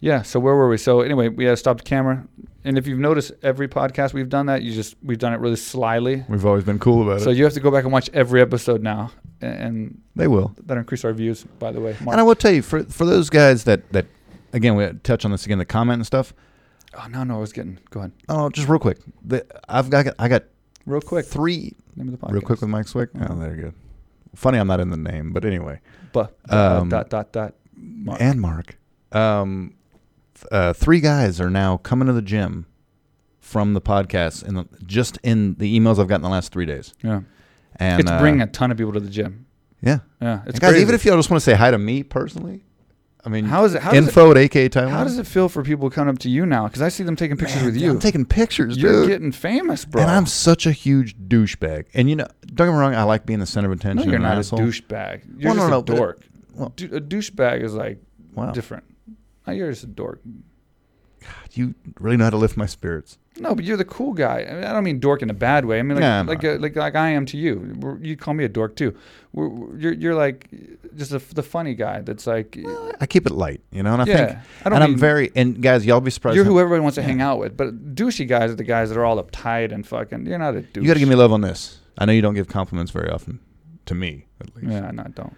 yeah, so where were we? So anyway, we had to stop the camera, and if you've noticed, every podcast we've done that. You just we've done it really slyly. We've always been cool about So it. you have to go back and watch every episode now, a- and They will. that'll increase our views. By the way, Mark. And I will tell you, for for those guys that that again, we touch on this again, the comment and stuff. oh no, no, I was getting go ahead Oh, just real quick, the, I've got I got real quick. three Name of the podcast. real quick with Mike Swick. Oh, they're good. Funny, I'm not in the name, but anyway. But Um, dot dot dot. Mark. And Mark, um, th- uh, three guys are now coming to the gym from the podcast, and the- just in the emails I've gotten the last three days. yeah, And it's uh, bringing a ton of people to the gym. yeah, Yeah, it's And guys. crazy. Even if you all just want to say hi to me personally, I mean, how is it? How does it, info at AK Thailand. how does it feel for people coming up to you now? Because I see them taking pictures Man, with you. I'm taking pictures, You're dude. getting famous, bro. And I'm such a huge douchebag. And you know, don't get me wrong, I like being the center of no, attention. you're and an not a asshole. douchebag. You're Well, no, just no, a but it- dork. well- Du- a douchebag is like Wow, different. Uh, You're just a dork. you really know how to lift my spirits. No, but you're the cool guy. I, mean, I don't mean dork in a bad way. I mean like Nah, I'm like, not. uh, like like I am to you. We're, you call me a dork too. We're, we're- you're you're like just the the funny guy. That's like I keep it light, you know. And I yeah. think, I and mean- I'm very. And guys, y'all be surprised. You're how- who everybody wants to hang Yeah. out with, but douchey guys are the guys that are all uptight and fucking. You're not a douche. you got to give me love on this. I know you don't give compliments very often, to me at least. Yeah, no, I don't.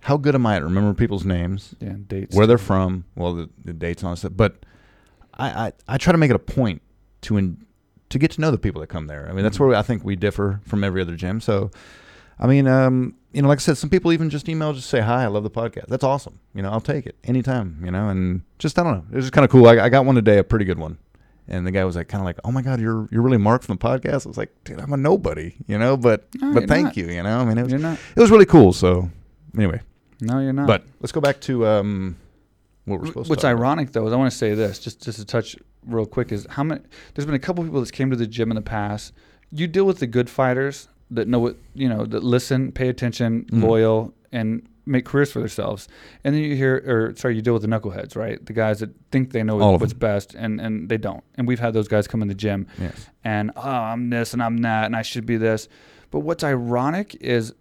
How good am I at remembering people's names, Yeah, dates. where they're from, well, the, the dates and all that stuff. But I, I, I try to make it a point to in, to get to know the people that come there. I mean, that's Mm-hmm. where I think we differ from every other gym. So, I mean, um, you know, like I said, some people even just email, just say hi, I love the podcast. That's awesome. You know, I'll take it anytime. You know, and just I don't know, it was just kind of cool. I, I got one today, a pretty good one. And the guy was like, kind of like, "Oh my God, you're you're really Mark from the podcast." I was like, "Dude, I'm a nobody, you know." But No, but you're thank not. you, you know. I mean, it was You're not. it was really cool. So anyway, No, you're not. but let's go back to um, what we're Wh- supposed What's to. talk about. ironic though is I want to say this just just to touch real quick is how many there's been a couple people that's came to the gym in the past. You deal with the good fighters that know what you know that listen, pay attention, Mhm. loyal, and make careers for themselves. And then you hear or sorry, you deal with the knuckleheads, right? The guys that think they know All of what's them. best and and they don't. And we've had those guys come in the gym Yes. and oh, I'm this and I'm that and I should be this. But what's ironic is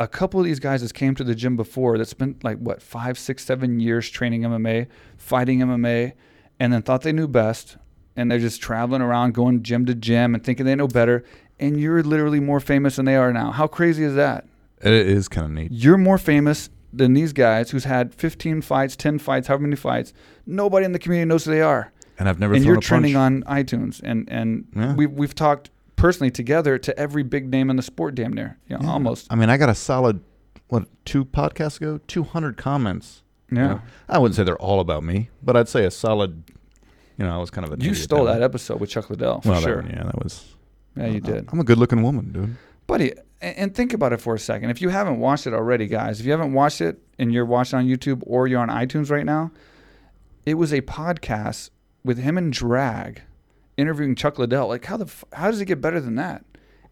a couple of these guys that came to the gym before that spent like what five, six, seven years training MMA, fighting MMA, and then thought they knew best, and they're just traveling around, going gym to gym, and thinking they know better. And you're literally more famous than they are now. How crazy is that? It is kind of neat. You're more famous than these guys who's had 15 fights, 10 fights, however many fights. Nobody in the community knows who they are And I've never and thrown you're a punch. trending on iTunes, and and Yeah. we've we've talked personally together to every big name in the sport, damn near, you know, Yeah. almost. I mean, I got a solid what two podcasts ago, two hundred comments. you Yeah, know? I wouldn't say they're all about me, but I'd say a solid. You know, I was kind of a. you stole that episode with Chuck Liddell for well, that sure. one, yeah, that was. yeah. you did, I'm a good-looking woman, dude. buddy. And, and think about it for a second. If you haven't watched it already, guys, if you haven't watched it and you're watching on YouTube or you're on iTunes right now, it was a podcast with him and Drag interviewing Chuck Liddell. Like, how the f- how does it get better than that?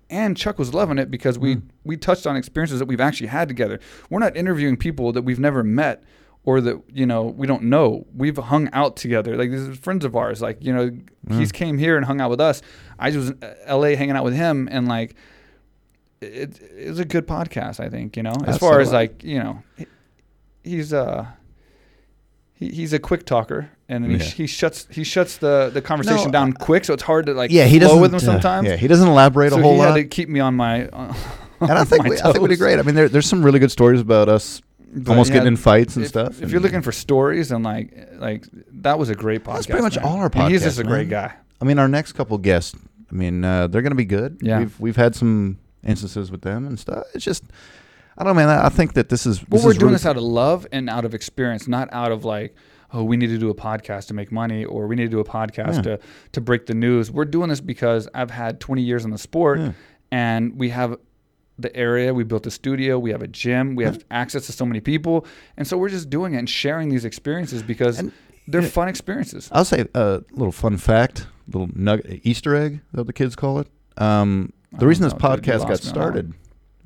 And Chuck was loving it because we we touched on experiences that we've actually had together. We're not interviewing people that we've never met or that you know we don't know. We've hung out together. Like these are friends of ours. Like you know he's came here and hung out with us. I just was in L.A. hanging out with him and like. It, it was a good podcast, I think. You know, as far as Absolutely. like you know, he- he's uh he, he's a quick talker, and then he, Yeah. sh- he shuts he shuts the, the conversation No, down I- quick, so it's hard to like yeah, he flow doesn't. with him uh, sometimes. yeah, he doesn't elaborate so a whole he lot. had to keep me on my. Uh, and I think my we, I think we did toes. great. I mean, there, there's some really good stories about us But almost yeah, getting in fights and if, stuff. If you're and- looking for stories and like like that was a great podcast. That's pretty much man. all our And he's just podcasts, a great man. guy. I mean, our next couple guests, I mean, uh, they're going to be good. Yeah. We've, we've had some instances with them and stuff. It's just, I don't know, man. I I think that this is. Well, this we're is doing really- this out of love and out of experience, not out of like, oh, we need to do a podcast to make money or we need to do a podcast Yeah. to, to break the news. We're doing this because I've had 20 years in the sport Yeah. and we have the area, we built a studio, we have a gym, we have access to so many people. And so we're just doing it and sharing these experiences because And Uh, They're fun experiences. I'll say a little fun fact, little nugget, Easter egg that the kids call it. Um, I the reason don't this know, dude, you podcast got lost me on that one.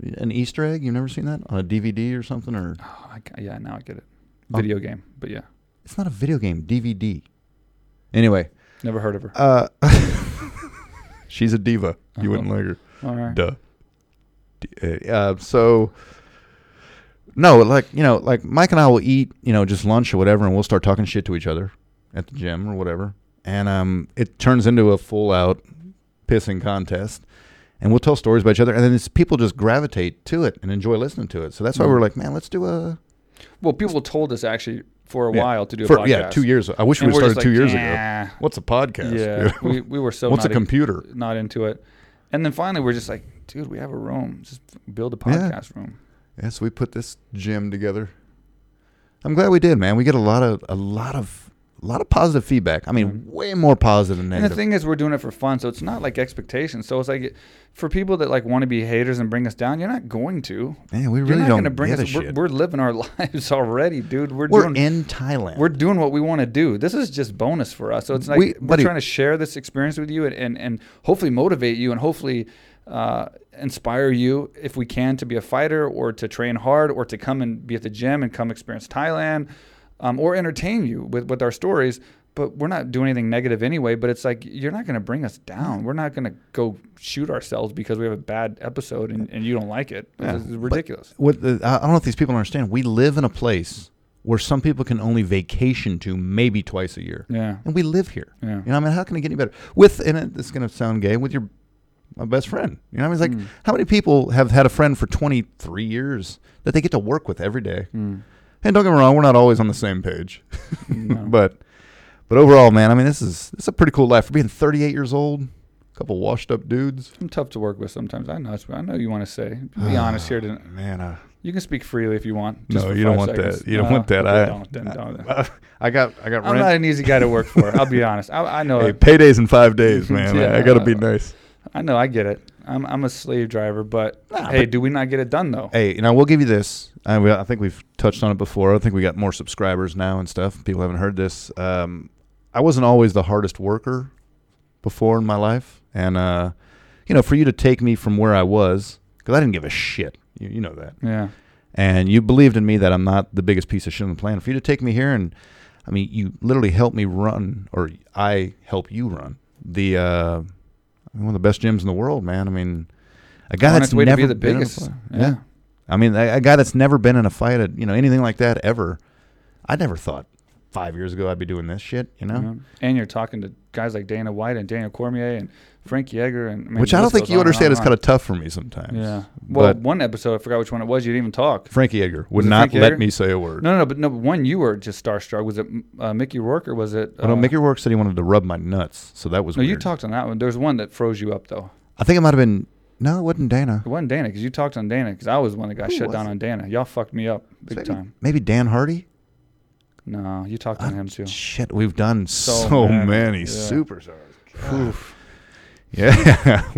started, an Easter egg. You've never seen that on a DVD or something, or Oh, I ca- yeah, now I get it. Oh. Video game, but yeah, it's not a video game DVD. Anyway, never heard of her. uh, she's a diva. You wouldn't Uh-huh. like her. All right. Uh, Duh. D- Uh, so no, like you know, like Mike and I will eat, you know, just lunch or whatever, and we'll start talking shit to each other at the gym or whatever, and um, it turns into a full out pissing contest, and we'll tell stories about each other, and then it's, people just gravitate to it and enjoy listening to it. So that's why Mm-hmm. we we're like, man, let's do a Well, people told us actually for a Yeah. while to do a for podcast. yeah two years. I wish we And would we're started just two like, years ago. "Nah." What's a podcast? Yeah, we, we were so What's not a computer? not into it. And then finally, we're just like, dude, we have a room. Just build a Yeah. podcast room. Yes, we put this gym together. I'm glad we did, man. We get a lot of a lot of a lot of positive feedback. I mean, Mhm. way more positive than And the negative. thing is, we're doing it for fun, so it's not like expectations. So it's like, for people that like want to be haters and bring us down, you're not going to. man, we You're really not don't gonna bring give us. a we're, shit. we're living our lives already, dude. We're, We're doing. in Thailand. we're doing what we want to do. This is just bonus for us. So it's like We- we're buddy- trying to share this experience with you and, and, and hopefully motivate you and hopefully uh, inspire you if we can to be a fighter or to train hard or to come and be at the gym and come experience Thailand um, or entertain you with, with our stories. But we're not doing anything negative anyway. But it's like you're not going to bring us down. We're not going to go shoot ourselves because we have a bad episode and, and you don't like it. Yeah. This is But- ridiculous. what the, I I don't know if these people understand. We live in a place where some people can only vacation to maybe twice a year, yeah. and we live here. Yeah. You know, I mean, how can it get any better? With and it, it's going to sound gay with your my best friend. You know, what I mean, it's like Mm. how many people have had a friend for 23 years that they get to work with every day. Mm. And don't get me wrong, we're not always on the same page, No. but but overall, man, I mean, this is this is a pretty cool life for being 38 years old, a couple washed up dudes. I'm tough to work with sometimes. I know. It's, I know you want to say. Be honest here. To, man. Uh, you can speak freely if you want. just no, for you don't five want seconds. that. You don't No, want that. okay, I, don't. Then don't. I, I got I got I'm not rent. an easy guy to work for. I'll be honest. I, I know. Hey, it. paydays in five days, man. Yeah, I, I got to be no. nice. I know. I get it. I'm I'm a slave driver, but Nah, hey, but- do we not get it done though? Hey, you know, we'll give you this. I, we- I think we've touched on it before. I think we got more subscribers now and stuff. People haven't heard this. Um, I wasn't always the hardest worker before in my life, and uh, you know, for you to take me from where I was, because I didn't give a shit. You, you know that. Yeah. And you believed in me that I'm not the biggest piece of shit on the planet. For you to take me here, and I mean, you literally helped me run, or I help you run the uh, one of the best gyms in the world, man. I mean, a guy On that's its way to never be the been in a biggest. fight- Yeah. yeah. I mean, a, a guy that's never been in a fight, at, you know, anything like that ever. I never thought five years ago I'd be doing this shit, you know. You know? And you're talking to guys like Dana White and Daniel Cormier and Frank Yeager and Which I don't think you understand is kind of tough for me sometimes. yeah. Well, but- one episode I forgot which one it was. You didn't even talk. Frankie Edgar would it not Frankie let Edgar? me say a word. No, no, no, but no. but One you were just starstruck. Was it uh, Mickey Rourke or was it? I don't. uh, Oh, Mickey Rourke said he wanted to rub my nuts, so that was No, weird. you talked on that one. There's one that froze you up though. I think it might have been. No, it wasn't Dana. It wasn't Dana because you talked on Dana because I was the one that got Who shut was down it? on Dana. Y'all fucked me up big maybe, time. Maybe Dan Hardy. No, you talked on him too. Shit, we've done so, So many, many, yeah. superstars. Oof. Yeah.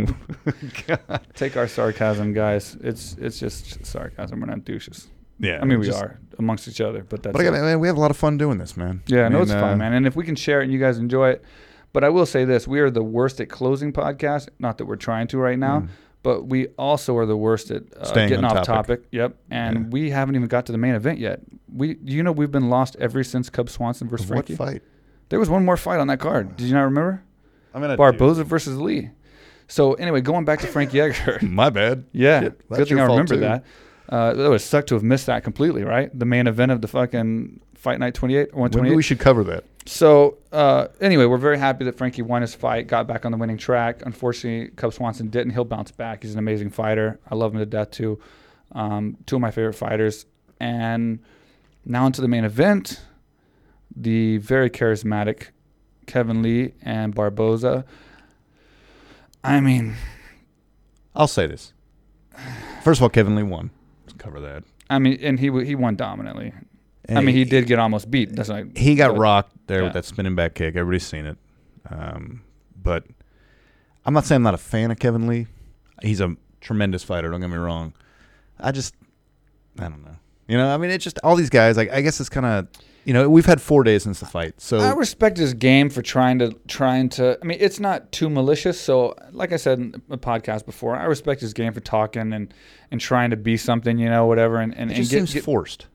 God. Take our sarcasm, guys. It's it's just sarcasm. We're not douches. Yeah. I mean, we just- are amongst each other, but that's But I it. gotta, man, we have a lot of fun doing this, man. yeah. I no, mean, it's uh, fun, man. And if we can share it and you guys enjoy it, but I will say this: we are the worst at closing podcasts. Not that we're trying to right now. Mm. But we also are the worst at uh, Staying getting on off topic. topic. Yep, and Yeah. we haven't even got to the main event yet. We, you know, we've been lost ever since Cub Swanson versus What Frankie. fight? There was one more fight on that card. Did you not remember? I mean, Barboza versus Lee. So anyway, going back to Frank Yeager. My bad. yeah, Shit, that's good thing your I fault, remember too. that. Uh, that would suck to have missed that completely, right? The main event of the fucking Fight Night 28 or Maybe 128. we should cover that. so uh, anyway, we're very happy that Frankie won his fight, got back on the winning track. Unfortunately, Cub Swanson didn't. He'll bounce back. He's an amazing fighter. I love him to death too. Um, two of my favorite fighters. And now into the main event, the very charismatic Kevin Lee and Barboza. I mean, I'll say this. First of all, Kevin Lee won. Let's cover that. I mean, and he w- he won dominantly. I mean, he did get almost beat. That's like He got but- rocked there with yeah. that spinning back kick. Everybody's seen it. Um, but I'm not saying I'm not a fan of Kevin Lee. He's a tremendous fighter. Don't get me wrong. I just, I don't know. You know, I mean, it's just all these guys. Like, I guess it's kind of, you know, we've had four days since the fight, so I respect his game for trying to trying to. I mean, it's not too malicious. So, like I said in a podcast before, I respect his game for talking and and trying to be something, you know, whatever. And and, it and just get- seems get- forced.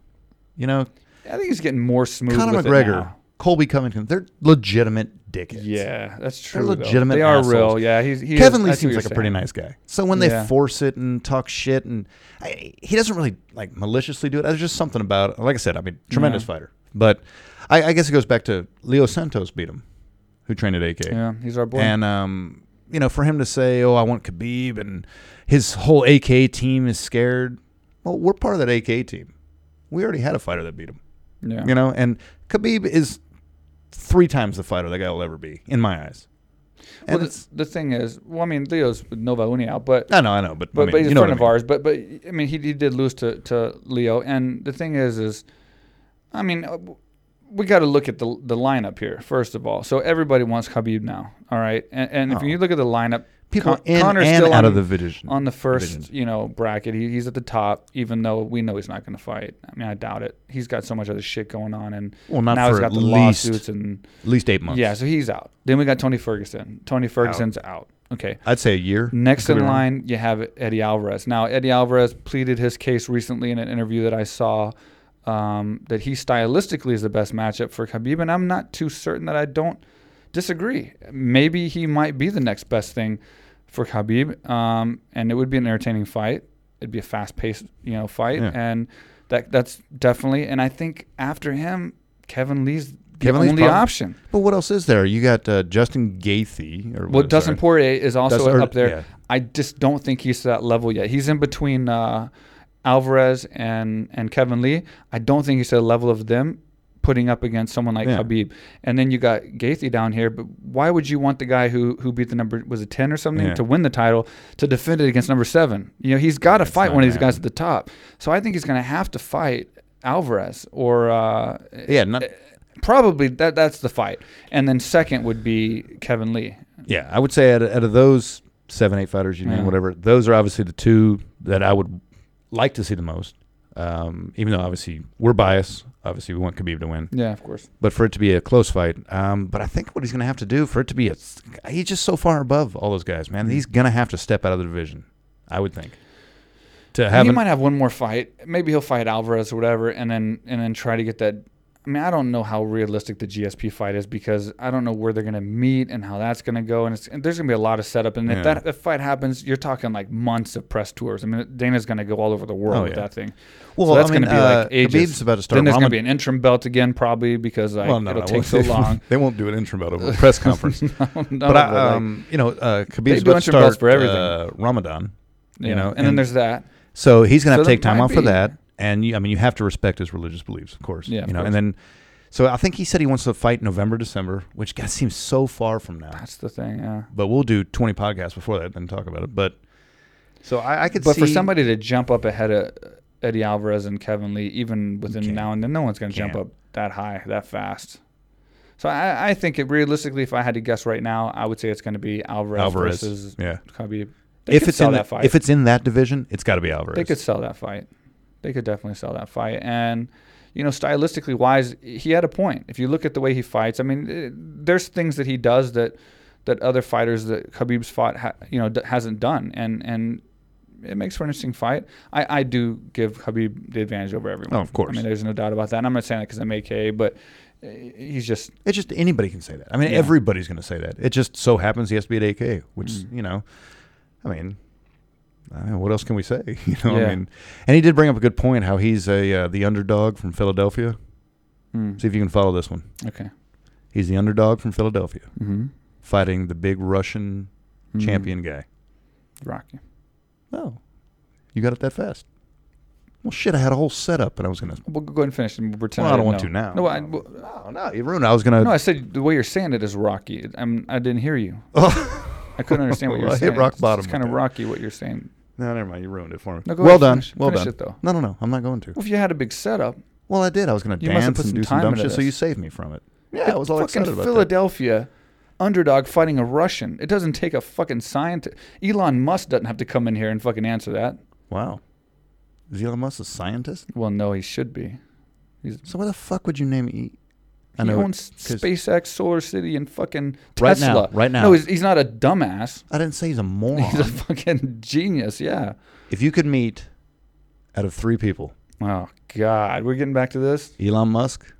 You know, I think he's getting more smooth. Conor with it McGregor, now. Colby Covington, they're legitimate dickheads. Yeah, that's They're true. though. legitimate They are assholes. real. Yeah, he's he Kevin is- Lee I see what seems you're like a pretty saying. nice guy. So when they Yeah. force it and talk shit, and I, he doesn't really like maliciously do it. There's just something about it. Like I said, I mean, tremendous Yeah. fighter. But I, I guess it goes back to Leo Santos beat him, who trained at AK. Yeah, he's our boy. And um, you know, for him to say, "Oh, I want Khabib," and his whole AK team is scared. Well, we're part of that AK team. We already had a fighter that beat him. yeah. You know, and Khabib is three times the fighter that guy will ever be in my eyes. And well, the, it's the thing is, well, I mean, Leo's with Nova Uniao, but I know, I know, but but, I mean, but he's you a know friend what I of mean. ours. But but I mean, he, he did lose to, to Leo, and the thing is, is I mean, uh, we got to look at the the lineup here first of all. So everybody wants Khabib now, all right? And, and if Oh. you look at the lineup, People Con- in Connor's and still on- out of the division. on the first Divisions. you know bracket, he, he's at the top, even though we know he's not going to fight. I mean, I doubt it. He's got so much other shit going on, and Well, not now for he's got at the least- lawsuits and At least eight months. yeah, so he's out. Then we got Tony Ferguson. Tony Ferguson's out. Okay. I'd say a year. Next Could be in wrong. line, you have Eddie Alvarez. Now, Eddie Alvarez pleaded his case recently in an interview that I saw um, that he stylistically is the best matchup for Khabib, and I'm not too certain that I don't disagree. Maybe he might be the next best thing for Khabib, um, and it would be an entertaining fight. It'd be a fast-paced, you know, fight, Yeah. and that that's definitely. And I think after him, Kevin Lee's Kevin the Lee's only probably- option. But what else is there? You got uh, Justin Gaethje. Or Well, what- Dustin sorry. Poirier is also Dustin- or- up there. yeah. I just don't think he's to that level yet. He's in between uh, Alvarez and and Kevin Lee. I don't think he's to the level of them putting up against someone like Yeah. Habib. And then you got Gaethje down here. But why would you want the guy who who beat the number was it ten or something Yeah. to win the title to defend it against number seven? You know, he's got to it's fight not one of these gonna guys at the top. So I think he's going to have to fight Alvarez or. Uh, Yeah, not, Probably that that's the fight, and then second would be Kevin Lee. yeah. I would say out of, out of those seven, eight fighters, you name Yeah. whatever, those are obviously the two that I would like to see the most. Um, even though obviously we're biased, obviously we want Khabib to win, Yeah, of course. but for it to be a close fight. Um, but I think what he's going to have to do for it to be a, he's just so far above all those guys, man. He's going to have to step out of the division. I would think to have he an- might have one more fight. Maybe he'll fight Alvarez or whatever, and then and then try to get that. I mean, I don't know how realistic the GSP fight is because I don't know where they're gonna meet and how that's gonna go, and, it's, and there's gonna be a lot of setup. And Yeah. if that if fight happens, you're talking like months of press tours. I mean, Dana's gonna go all over the world Oh, with yeah. that thing. Well, so that's I mean, gonna be like uh, ages. Khabib's about to start Then there's gonna Ramadan- be an interim belt again, probably because like Well, no, it'll no, take so well, long. they won't do an interim out over a press conference. No, but but, I, like, um, you know, uh, They Khabib's do about to interim belts start for everything. Uh, Ramadan, yeah. you know, and, then there's that. so he's gonna So have to there take time might off for be- that, and you, I mean, you have to respect his religious beliefs, of course. Yeah, of you know, course. and then, so I think he said he wants to fight November, December, which that seems so far from now. That's the thing. Yeah. But we'll do twenty podcasts before that and talk about it. But so I, I could, But see, for somebody to jump up ahead of Eddie Alvarez and Kevin Lee, even within Can't. now and then, no one's going to jump Can't. up that high, that fast. So I, I think it realistically, if I had to guess right now, I would say it's going to be Alvarez, Alvarez, versus yeah. Khabib. They If could it's sell in that that, fight, if it's in that division, it's got to be Alvarez. they could sell that fight. They could definitely sell that fight. And you know, stylistically wise, he had a point. If you look at the way he fights, I mean, eh, there's things that he does that that other fighters that Khabib's fought, ha, you know, d- hasn't done, and and it makes for an interesting fight. I, I do give Khabib the advantage over everyone. Oh, of course. I mean, there's no doubt about that. And I'm not saying that because I'm AK, but eh, he's just It's just anybody can say that. I mean, Yeah. everybody's going to say that. It just so happens he has to be at AK, which Mm. you know, I mean, I mean, what else can we say? You know, I Yeah. mean, and he did bring up a good point how he's a uh, the underdog from Philadelphia. mm, See if you can follow this one. okay. He's the underdog from Philadelphia, Mm-hmm. fighting the big Russian Mm. champion guy. Rocky. Oh, you got it that fast? Well, shit! I had a whole setup, and I was going to. We'll go ahead and finish, and we'll pretend. Well, I don't want to didn't now. know. No, I, well, Oh no, you ruined. it. I was going No, to. I said the way you're saying it is rocky. I'm, I didn't hear you. I couldn't understand what you Well, were I hit saying. rock It's- bottom It's with kind of that. rocky what you're saying. No, never mind. You ruined it for me. No, go well ahead, done. finish- well finish done. it, though. No, no, no. I'm not going to. Well, if you had a big setup, Well, I did. I was going to You must dance have put and some do some time dumb into shit, so this. you saved me from it. Yeah, I was all fucking excited about that. Philadelphia underdog fighting a Russian. It doesn't take a fucking scientist. Elon Musk doesn't have to come in here and fucking answer that. Wow. Is Elon Musk a scientist? Well, no, he should be. He's So why the fuck would you name E? I he know. owns 'cause- SpaceX, Solar City, and fucking Right now, Tesla. right now. No, he's, he's not a dumbass. I didn't say he's a moron. He's a fucking genius. Yeah. if you could meet out of three people, Oh God, we're getting back to this. Elon Musk,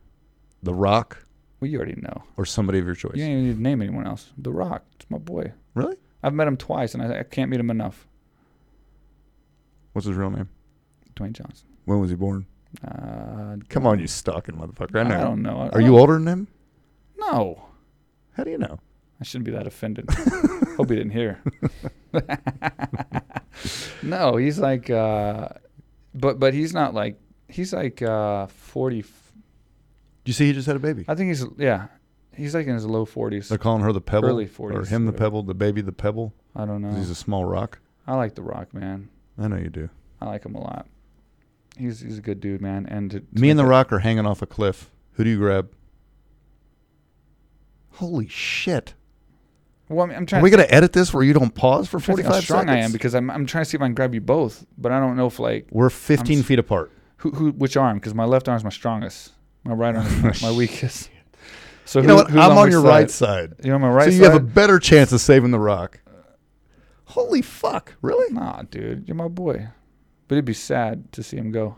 The Rock, Well, you already know. or somebody of your choice. You don't even need to name anyone else. The Rock. It's my boy. Really? I've met him twice, and I, I can't meet him enough. What's his real name? Dwayne Johnson. When was he born? Uh, Come on, you stalking motherfucker. I know. I don't know. I Are you don't- older than him? No. How do you know? I shouldn't be that offended. Hope he didn't hear. no, he's like, uh, but but he's not like he's like uh, forty. You see, he just had a baby. I think he's yeah, he's like in his low forties. They're calling her the pebble, Early Mm. or 40s, him the whatever. pebble, the baby the pebble. I don't 'cause know. He's a small rock. I like The Rock, man. I know you do. I like him a lot. He's he's a good dude, man. And to, to Me make and the it- rock are hanging off a cliff. Who do you grab? Holy shit! Well, I'm, I'm Are trying. we to, gonna edit this where you don't pause for I'm trying to forty think how five strong seconds? I am because I'm I'm trying to see if I can grab you both, but I don't know if like We're 15 I'm s- feet apart. who who which arm? Because my left arm's my strongest. My right arm's my, my weakest. So Oh, You who, know what? who's I'm on, which your side? right side. You're on my right so you side. have a better chance of saving the rock. Holy fuck! Really? Nah, dude, you're my boy. But it'd be sad to see him go.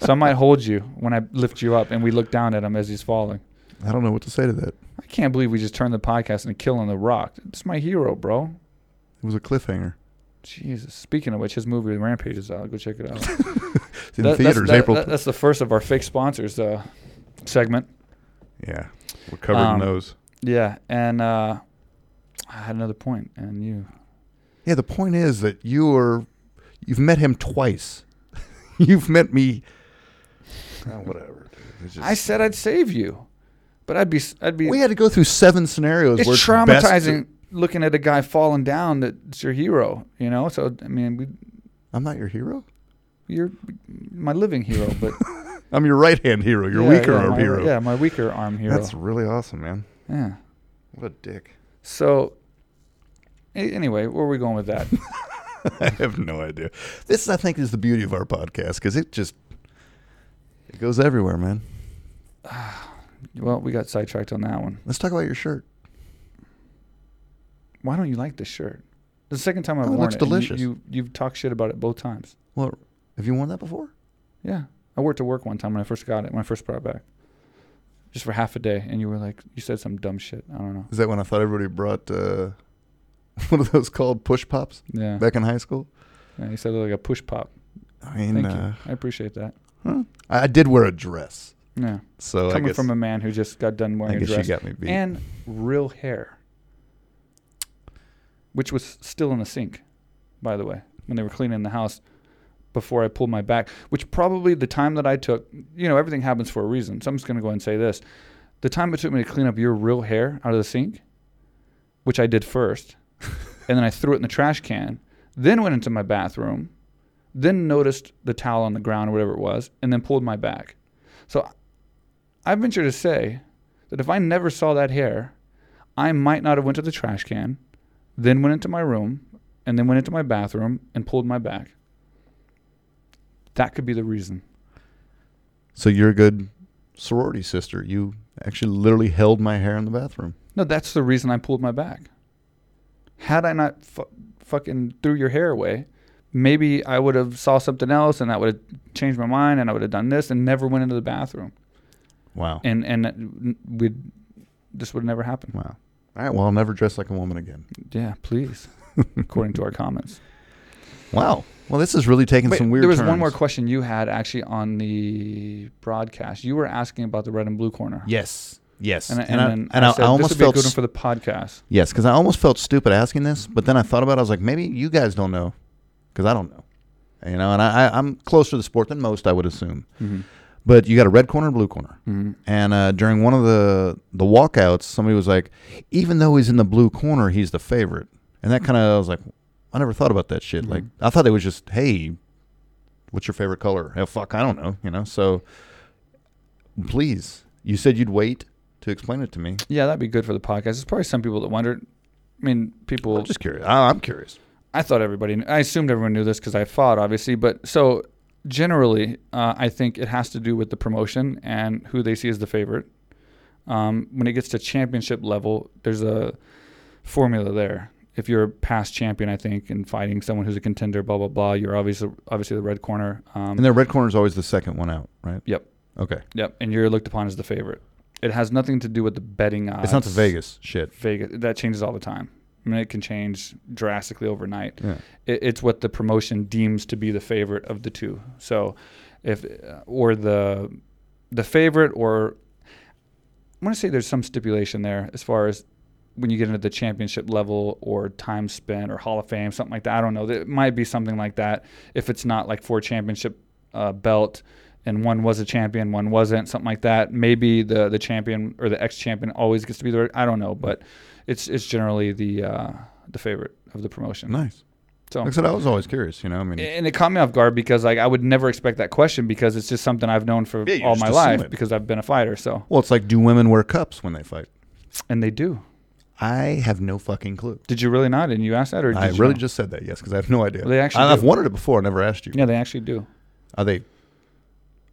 so I might hold you when I lift you up, and we look down at him as he's falling. I don't know what to say to that. It I can't believe we just turned the podcast into killing the rock. It's my hero, bro. was a cliffhanger. Jesus. Speaking of which, his movie Rampage is out. Go check it out. It's in That- that's, theaters that- April. that- that's the first of our fake sponsors uh, segment. yeah, we're covered Um, in those. Yeah, and uh, I had another point, and you. Yeah, the point is that you are, you've met him twice. you've met me. Ah, Oh, whatever. dude. It's just- I said I'd save you, but I'd be s- I'd be we had to go through seven scenarios. it's where best to- traumatizing looking at a guy falling down that's your hero, you know? So I mean, we I'm not your hero. you're my living hero, but I'm your right hand hero. Your yeah, weaker yeah, arm my- hero. Yeah, my weaker arm hero. That's really awesome, man. yeah. What a dick. So a- anyway, where are we going with that? I have no idea. This, I think, is the beauty of our podcast because it just it goes everywhere, man. well, we got sidetracked on that one. Let's talk about your shirt. Why don't you like this shirt? The second time I've Oh, it worn looks it, and you- delicious. You, you have talked shit about it both times. Well, have you worn that before? Yeah, I worked to work one time when I first got it when I first brought it back, just for half a day, and you were like, you said some dumb shit. I don't know. Is that when I thought everybody brought uh, what are those called? Push pops Yeah, back in high school. yeah you said it like a push pop. I mean, Thank uh, you. I appreciate that. huh? I I did wear a dress, Yeah. so I Coming guess, from a man who just got done I wearing a guess you dress got me beat. and real hair, which was still in the sink, by the way, when they were cleaning the house before I pulled my back, which probably the time that I took, you know, everything happens for a reason. So I'm just going to go ahead and say this. The time it took me to clean up your real hair out of the sink, which I did first, and then I threw it in the trash can, then went into my bathroom, then noticed the towel on the ground or whatever it was, and then pulled my back. So I venture to say that if I never saw that hair, I might not have went to the trash can, then went into my room, and then went into my bathroom and pulled my back. That could be the reason. so you're a good sorority sister. You actually literally held my hair in the bathroom. No, that's the reason I pulled my back. Had I not fu- fucking threw your hair away, maybe I would have saw something else, and that would have changed my mind, and I would have done this, and never went into the bathroom, Wow. and and we would this would have never happened. Wow. All right. Well, I'll never dress like a woman again. Yeah, please, according to our comments. Wow. Well, this is really taking Wait, some weird. there was one turns. more question you had actually on the broadcast. You were asking about the red and blue corner. Yes. Yes. And, I- I, and, then and I, said, this I almost would be a felt good one s- for the podcast. yes because I almost felt stupid asking this, but then I thought about it. I was like, maybe you guys don't know because I don't know, you know. And I, I, I'm closer to the sport than most, I would assume. Mm-hmm. But you got a red corner and blue corner. Mm-hmm. And uh, during one of the the walkouts, somebody was like, even though he's in the blue corner, he's the favorite. And that kind of I was like, I never thought about that shit. Like Mhm. I thought it was just, hey, what's your favorite color? Hell, fuck, I don't know. You know. So please, you said you'd wait to explain it to me. Yeah, that'd be good for the podcast. There's probably some people that wonder. I mean, people. I'm just curious. I, I'm curious. I thought everybody, kn- I assumed everyone knew this because I fought, obviously. But so generally, uh, I think it has to do with the promotion and who they see as the favorite. Um, when it gets to championship level, there's a formula there. If you're a past champion, I think, and fighting someone who's a contender, blah blah blah, you're obviously obviously the red corner. Um, And the red corner is always the second one out, right? Yep. Okay. Yep, and you're looked upon as the favorite. It has nothing to do with the betting odds. it's not the Vegas shit. Vegas that changes all the time. I mean, it can change drastically overnight. Yeah. It, it's what the promotion deems to be the favorite of the two. So, if or the the favorite, or I want to say there's some stipulation there as far as when you get into the championship level or time spent or Hall of Fame, something like that. I don't know. It might be something like that if it's not like for a championship uh, belt and one was a champion, one wasn't, something like that. Maybe the the champion or the ex champion always gets to be the I don't know, but it's it's generally the uh, the favorite of the promotion. Nice. So Like I said, I was always curious. You know, I mean, and it caught me off guard because like I would never expect that question because it's just something I've known for Yeah, you all just my assume life it. because I've been a fighter. So well, it's like, do women wear cups when they fight? and they do. I have no fucking clue. Did you really not? And you asked that, or did I you really know? just said that, yes, because I have no idea. They actually I, I've do. wondered it before. I never asked you. yeah, they actually do. Are they?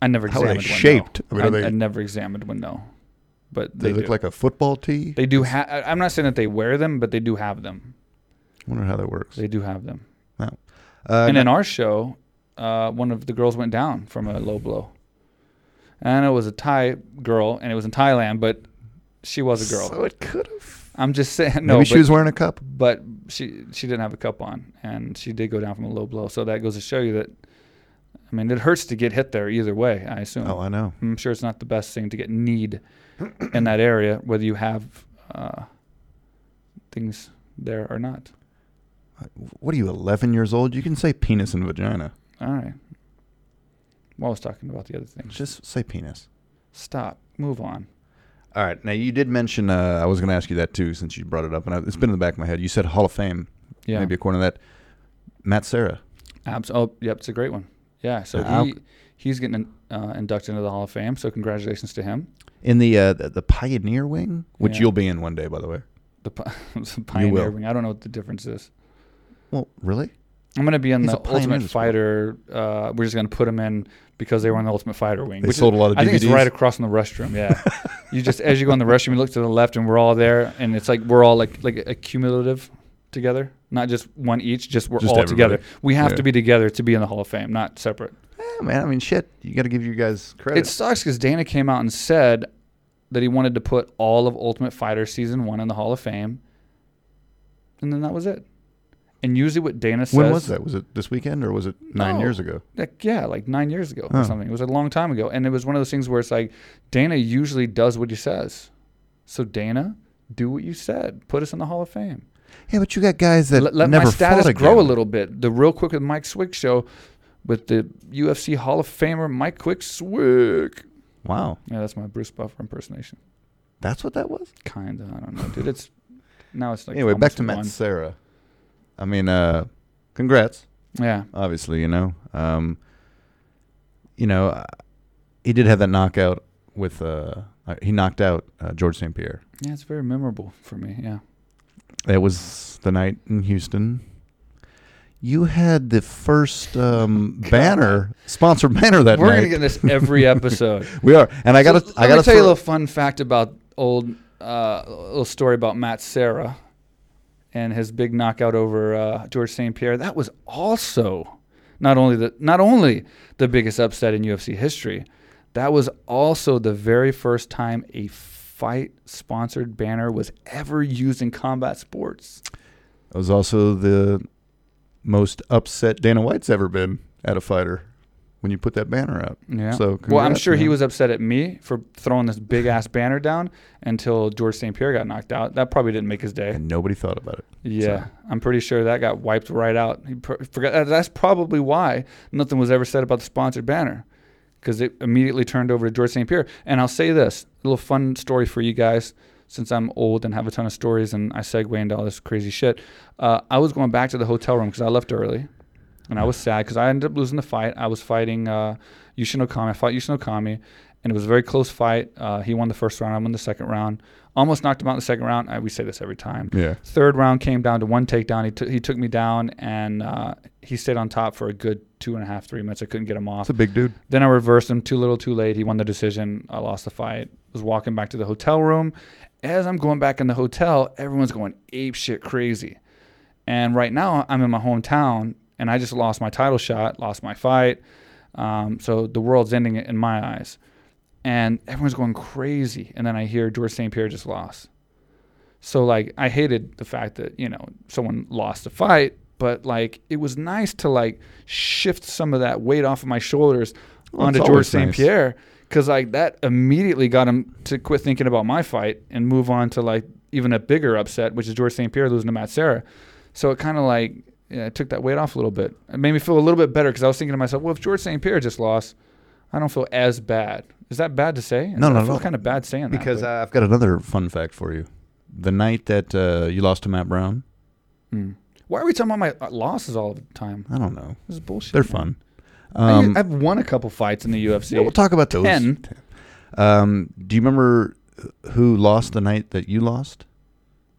I never How are they examined one, shaped? no. I mean, are I, they- I never examined one. No, but They, they, look do. like a football tee. they do have. I'm not saying that they wear them, but they do have them. I wonder how that works. They do have them. Wow. Uh, and no- in our show, uh, one of the girls went down from a low blow. And it was a Thai girl, and it was in Thailand, but she was a girl. So it could have. I'm just saying. No, Maybe but, she was wearing a cup. but she she didn't have a cup on, and she did go down from a low blow. So that goes to show you that. I mean, it hurts to get hit there either way. I assume. Oh, I know. I'm sure it's not the best thing to get kneed in that area, whether you have uh, things there or not. What are you, 11 years old? You can say penis and vagina. All right. Well, I was talking about the other things. Just say penis. Stop. Move on. All right. Now, you did mention, uh, I was going to ask you that too, since you brought it up, and I, it's been in the back of my head. You said Hall of Fame, Yeah. maybe according to that. Matt Sarah. Abs- oh, yep. It's a great one. Yeah. So Uh, he, he's getting in, uh, inducted into the Hall of Fame. So congratulations to him. In the, uh, the the Pioneer Wing, which Yeah. you'll be in one day, by the way. The, pi- the pioneer will. wing. I don't know what the difference is. Well, really? I'm gonna be in He's a the pioneer Ultimate in the sport. Fighter. Uh, we're just gonna put him in because they were in the Ultimate Fighter wing. They which sold a lot of I think it's DVDs. right across from the restroom. Yeah, you just as you go in the restroom, you look to the left, and we're all there, and it's like we're all like like accumulative together, not just one each. Just we're Just all everybody. together. We have Yeah. to be together to be in the Hall of Fame, not separate. Yeah, man. I mean, shit. You got to give you guys credit. It sucks because Dana came out and said that he wanted to put all of Ultimate Fighter season one in the Hall of Fame, and then that was it. And usually, what Dana says when was that? Was it this weekend or was it nine No. years ago? like yeah, like nine years ago Huh. or something. It was a long time ago, and it was one of those things where it's like Dana usually does what he says. So Dana, do what you said. Put us in the Hall of Fame. Yeah, but you got guys that Let, let never my status fought grow a again. little bit. The real quick with Mike Swick show, with the UFC Hall of Famer Mike Quick Swick. Wow, Yeah, that's my Bruce Buffer impersonation. that's what that was. Kinda, I don't know, dude. It's now it's like anyway, back almost to Matt one. Sarah. I mean, uh, congrats. Yeah, Obviously, you know, um, you know, uh, he did have that knockout with uh, uh, he knocked out uh, George St. Pierre. yeah, it's very memorable for me. Yeah, It was the night in Houston. You had the first um, banner, sponsored banner that we're gonna night. get this every episode. we are, and I got to, So, I let got me to tell you a little fun fact about old uh, a little story about Matt Serra and his big knockout over uh, George St. Pierre. That was also not only the not only the biggest upset in UFC history, that was also the very first time a fight sponsored banner was ever used in combat sports. It was also the most upset Dana White's ever been at a fighter when you put that banner out. Yeah. So well, I'm congrats, sure he man. was upset at me for throwing this big ass banner down until George St. Pierre got knocked out. That probably didn't make his day. and nobody thought about it. Yeah, I'm pretty sure that got wiped right out. He pr- forgot. that- That's probably why nothing was ever said about the sponsored banner, because it immediately turned over to George St. Pierre. And I'll say this: a little fun story for you guys, since I'm old and have a ton of stories, and I segue into all this crazy shit. Uh, I was going back to the hotel room because I left early, and I was sad because I ended up losing the fight. I was fighting uh, Yushin Okami. I fought Yushin Okami, and it was a very close fight. Uh, he won the first round. I won the second round. Almost knocked him out in the second round. I, we say this every time. Yeah. Third round came down to one takedown. He, took he took me down and uh, he stayed on top for a good two and a half, three minutes. I couldn't get him off. That's a big dude. Then I reversed him too little, too late. He won the decision. I lost the fight. Was walking back to the hotel room. As I'm going back in the hotel, everyone's going ape shit crazy. And right now, I'm in my hometown, and I just lost my title shot, lost my fight. Um, so the world's ending in my eyes, and everyone's going crazy. And then I hear George St. Pierre just lost. So like, I hated the fact that you know someone lost the fight, but like, it was nice to like shift some of that weight off of my shoulders Well, it's onto George always St. nice. Pierre, because like that immediately got him to quit thinking about my fight and move on to like even a bigger upset, which is George St. Pierre losing to Matt Sarah. So it kind of like yeah, it took that weight off a little bit. It made me feel a little bit better because I was thinking to myself, well, if George St. Pierre just lost, I don't feel as bad. Is that bad to say? No, no, I feel no. kind of bad saying that. Because uh, but- I've got another fun fact for you. The night that uh, you lost to Matt Brown, Mm. why are we talking about my uh, losses all the time? I don't know. This is bullshit. They're man. fun. I- Um, I've won a couple fights in the UFC. yeah, we'll talk about those. Ten. Um, do you remember who lost the night that you lost?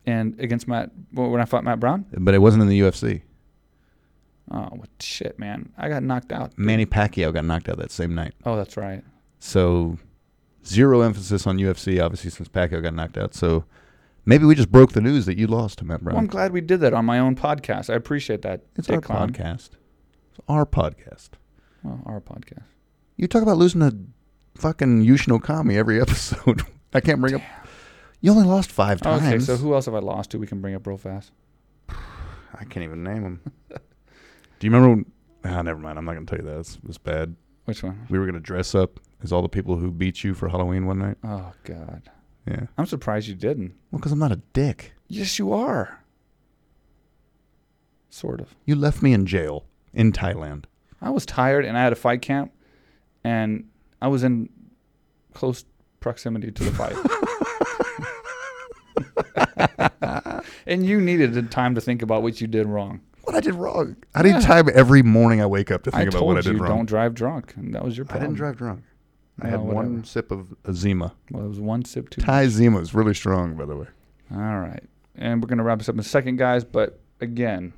and against Matt well, when I fought Matt Brown. But it wasn't in the UFC. Oh what shit, man! I got knocked out. dude. Manny Pacquiao got knocked out that same night. Oh, that's right. So zero emphasis on UFC, obviously, since Pacquiao got knocked out. So maybe we just broke the news that you lost to Matt Brown. Well, I'm glad we did that on my own podcast. I appreciate that. it's Dick our Clown. podcast. It's our podcast. Well, our podcast. You talk about losing to fucking Yushin Okami every episode. I can't bring up. You only lost five times. Oh, Okay, so who else have I lost to? We can bring up real fast. I can't even name him. Do you remember? When, ah, never mind. I'm not gonna tell you that. It's, it's bad. Which one? We were gonna dress up as all the people who beat you for Halloween one night. Oh God, Yeah. I'm surprised you didn't. Well, because I'm not a dick. Yes, you are. Sort of. You left me in jail in Thailand. I was tired and I had a fight camp, and I was in close proximity to the fight. and you needed the time to think about what you did wrong. What I did wrong? I Yeah. need time every morning I wake up to think I about told what I did you wrong. don't drive drunk, and that was your problem. drunk. I No, had one whatever. sip of Zima. Well, it was one sip too. Thai Zima is really strong, by the way. All right. And we're going to wrap this up in a second, guys. But again,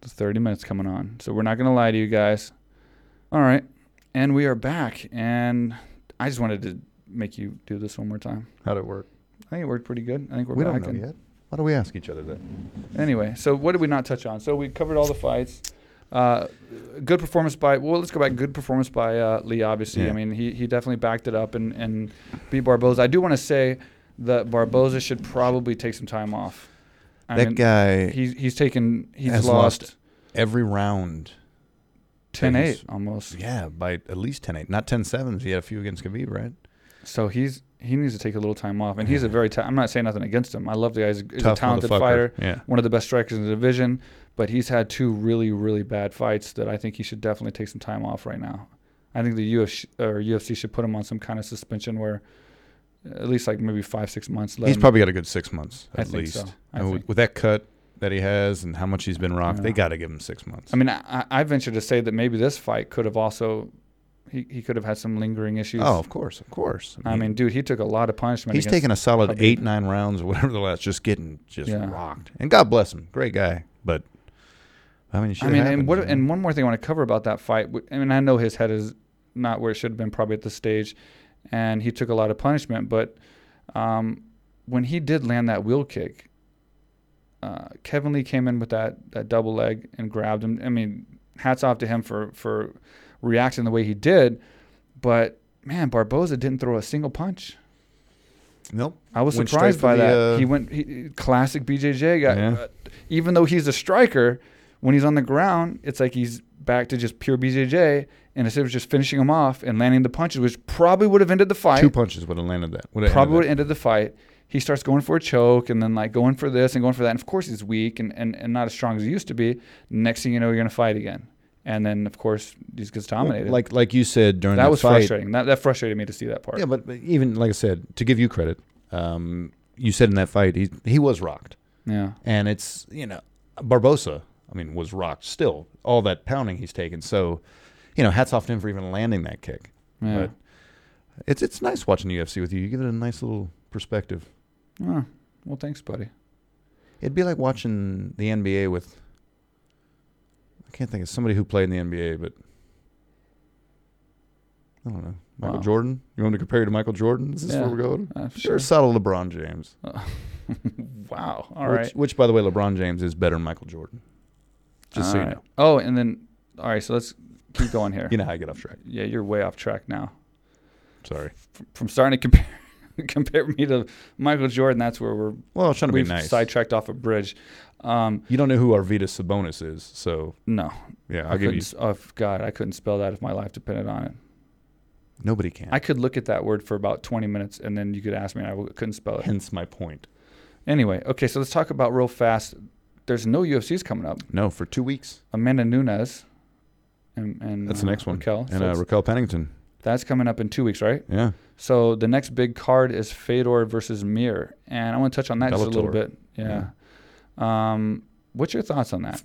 the 30 minutes coming on. So we're not going to lie to you guys. All right. And we are back. And I just wanted to make you do this one more time. How'd it work? I think it worked pretty good. I think we're we back. don't know and- yet. Why do we ask each other that? Anyway, so what did we not touch on? So we covered all the fights. Uh, good performance by well, let's go back. Good performance by uh, Lee. Obviously, Yeah. I mean he, he definitely backed it up and and beat Barboza. I do want to say that Barboza should probably take some time off. I that mean, guy, he's he's taken he's has lost, lost every round. 10-8 almost. Yeah, by at least 10 8. Not 10 7s. He had a few against Khabib, right? So he's he needs to take a little time off, and he's a very ta- I'm not saying nothing against him. I love the guy. He's, a- he's a talented motherfucker. fighter. Yeah. one of the best strikers in the division, but he's had two really, really bad fights that I think he should definitely take some time off right now. I think the UFC, or UFC should put him on some kind of suspension where at least like maybe five, six months left. He's probably got a good six months Um, I at think least. so. I And think- With that cut that he has and how much he's been rocked, Yeah. they got to give him six months. I mean, I, I I venture to say that maybe this fight could have also, he, he could have had some lingering issues. oh, of course, of course. I mean, dude, he took a lot of punishment. He's against- taken a solid Khabib. eight, nine rounds or whatever the last, just getting just Yeah. rocked. And God bless him, great guy. But I mean, shit I mean, happens, and what? you know? And one more thing I want to cover about that fight. w- I mean, I know his head is not where it should have been, probably at this stage, and he took a lot of punishment. But um, when he did land that wheel kick, uh, Kevin Lee came in with that that double leg and grabbed him. I mean, hats off to him for for reacting the way he did. But man, Barboza didn't throw a single punch. nope, I was Went straight surprised for by the, that. uh, he went he, classic BJJ guy. Yeah. Uh, even though he's a striker, when he's on the ground, it's like he's back to just pure BJJ. And instead of just finishing him off and landing the punches, which probably would have ended the fight, two punches would have landed that. Would have probably would probably have ended the fight. He starts going for a choke and then like going for this and going for that. And of course, he's weak and, and, and not as strong as he used to be. Next thing you know, you're going to fight again. And then, of course, he just gets dominated. like like you said during that the was fight. frustrating. That, that frustrated me to see that part. Yeah, but, but even like I said, to give you credit, um, you said in that fight he he was rocked, yeah. and it's you know Barbosa. I mean, was rocked still. All that pounding he's taken. So, you know, hats off to him for even landing that kick. yeah. But it's it's nice watching the UFC with you. You give it a nice little perspective. Oh, well, thanks, buddy. It'd be like watching the NBA with. I can't think of somebody who played in the NBA, but I don't know. Michael Wow. Jordan. You want me to compare you to Michael Jordan? Is this Yeah. where we're going? Uh, Sure, subtle LeBron James. wow. All which, right. which, by the way, LeBron James is better than Michael Jordan. Just so you All right. know. Oh, and then all right. So let's keep going here. You know how I get off track. Yeah, you're way off track now. Sorry. From, from starting to compare compare me to Michael Jordan, that's where we're Well, I was trying to we've be nice. sidetracked off a bridge. Um, you don't know who Arvita Sabonis is, so no, yeah, I I'll give couldn't you. s- Oh God, I couldn't spell that if my life depended on it. Nobody can. I could look at that word for about 20 minutes, and then you could ask me, and I w- couldn't spell it. Hence my point. Anyway, okay, so let's talk about real fast. There's no UFCs coming up. No, for two weeks. Amanda Nunes, and, and That's uh, the next one. Raquel. So And uh, it's- Raquel Pennington. that's coming up in two weeks, right? Yeah. So the next big card is Fedor versus Mir, and I want to touch on that just a little Bellator. bit. Yeah. Um, what's your thoughts on that?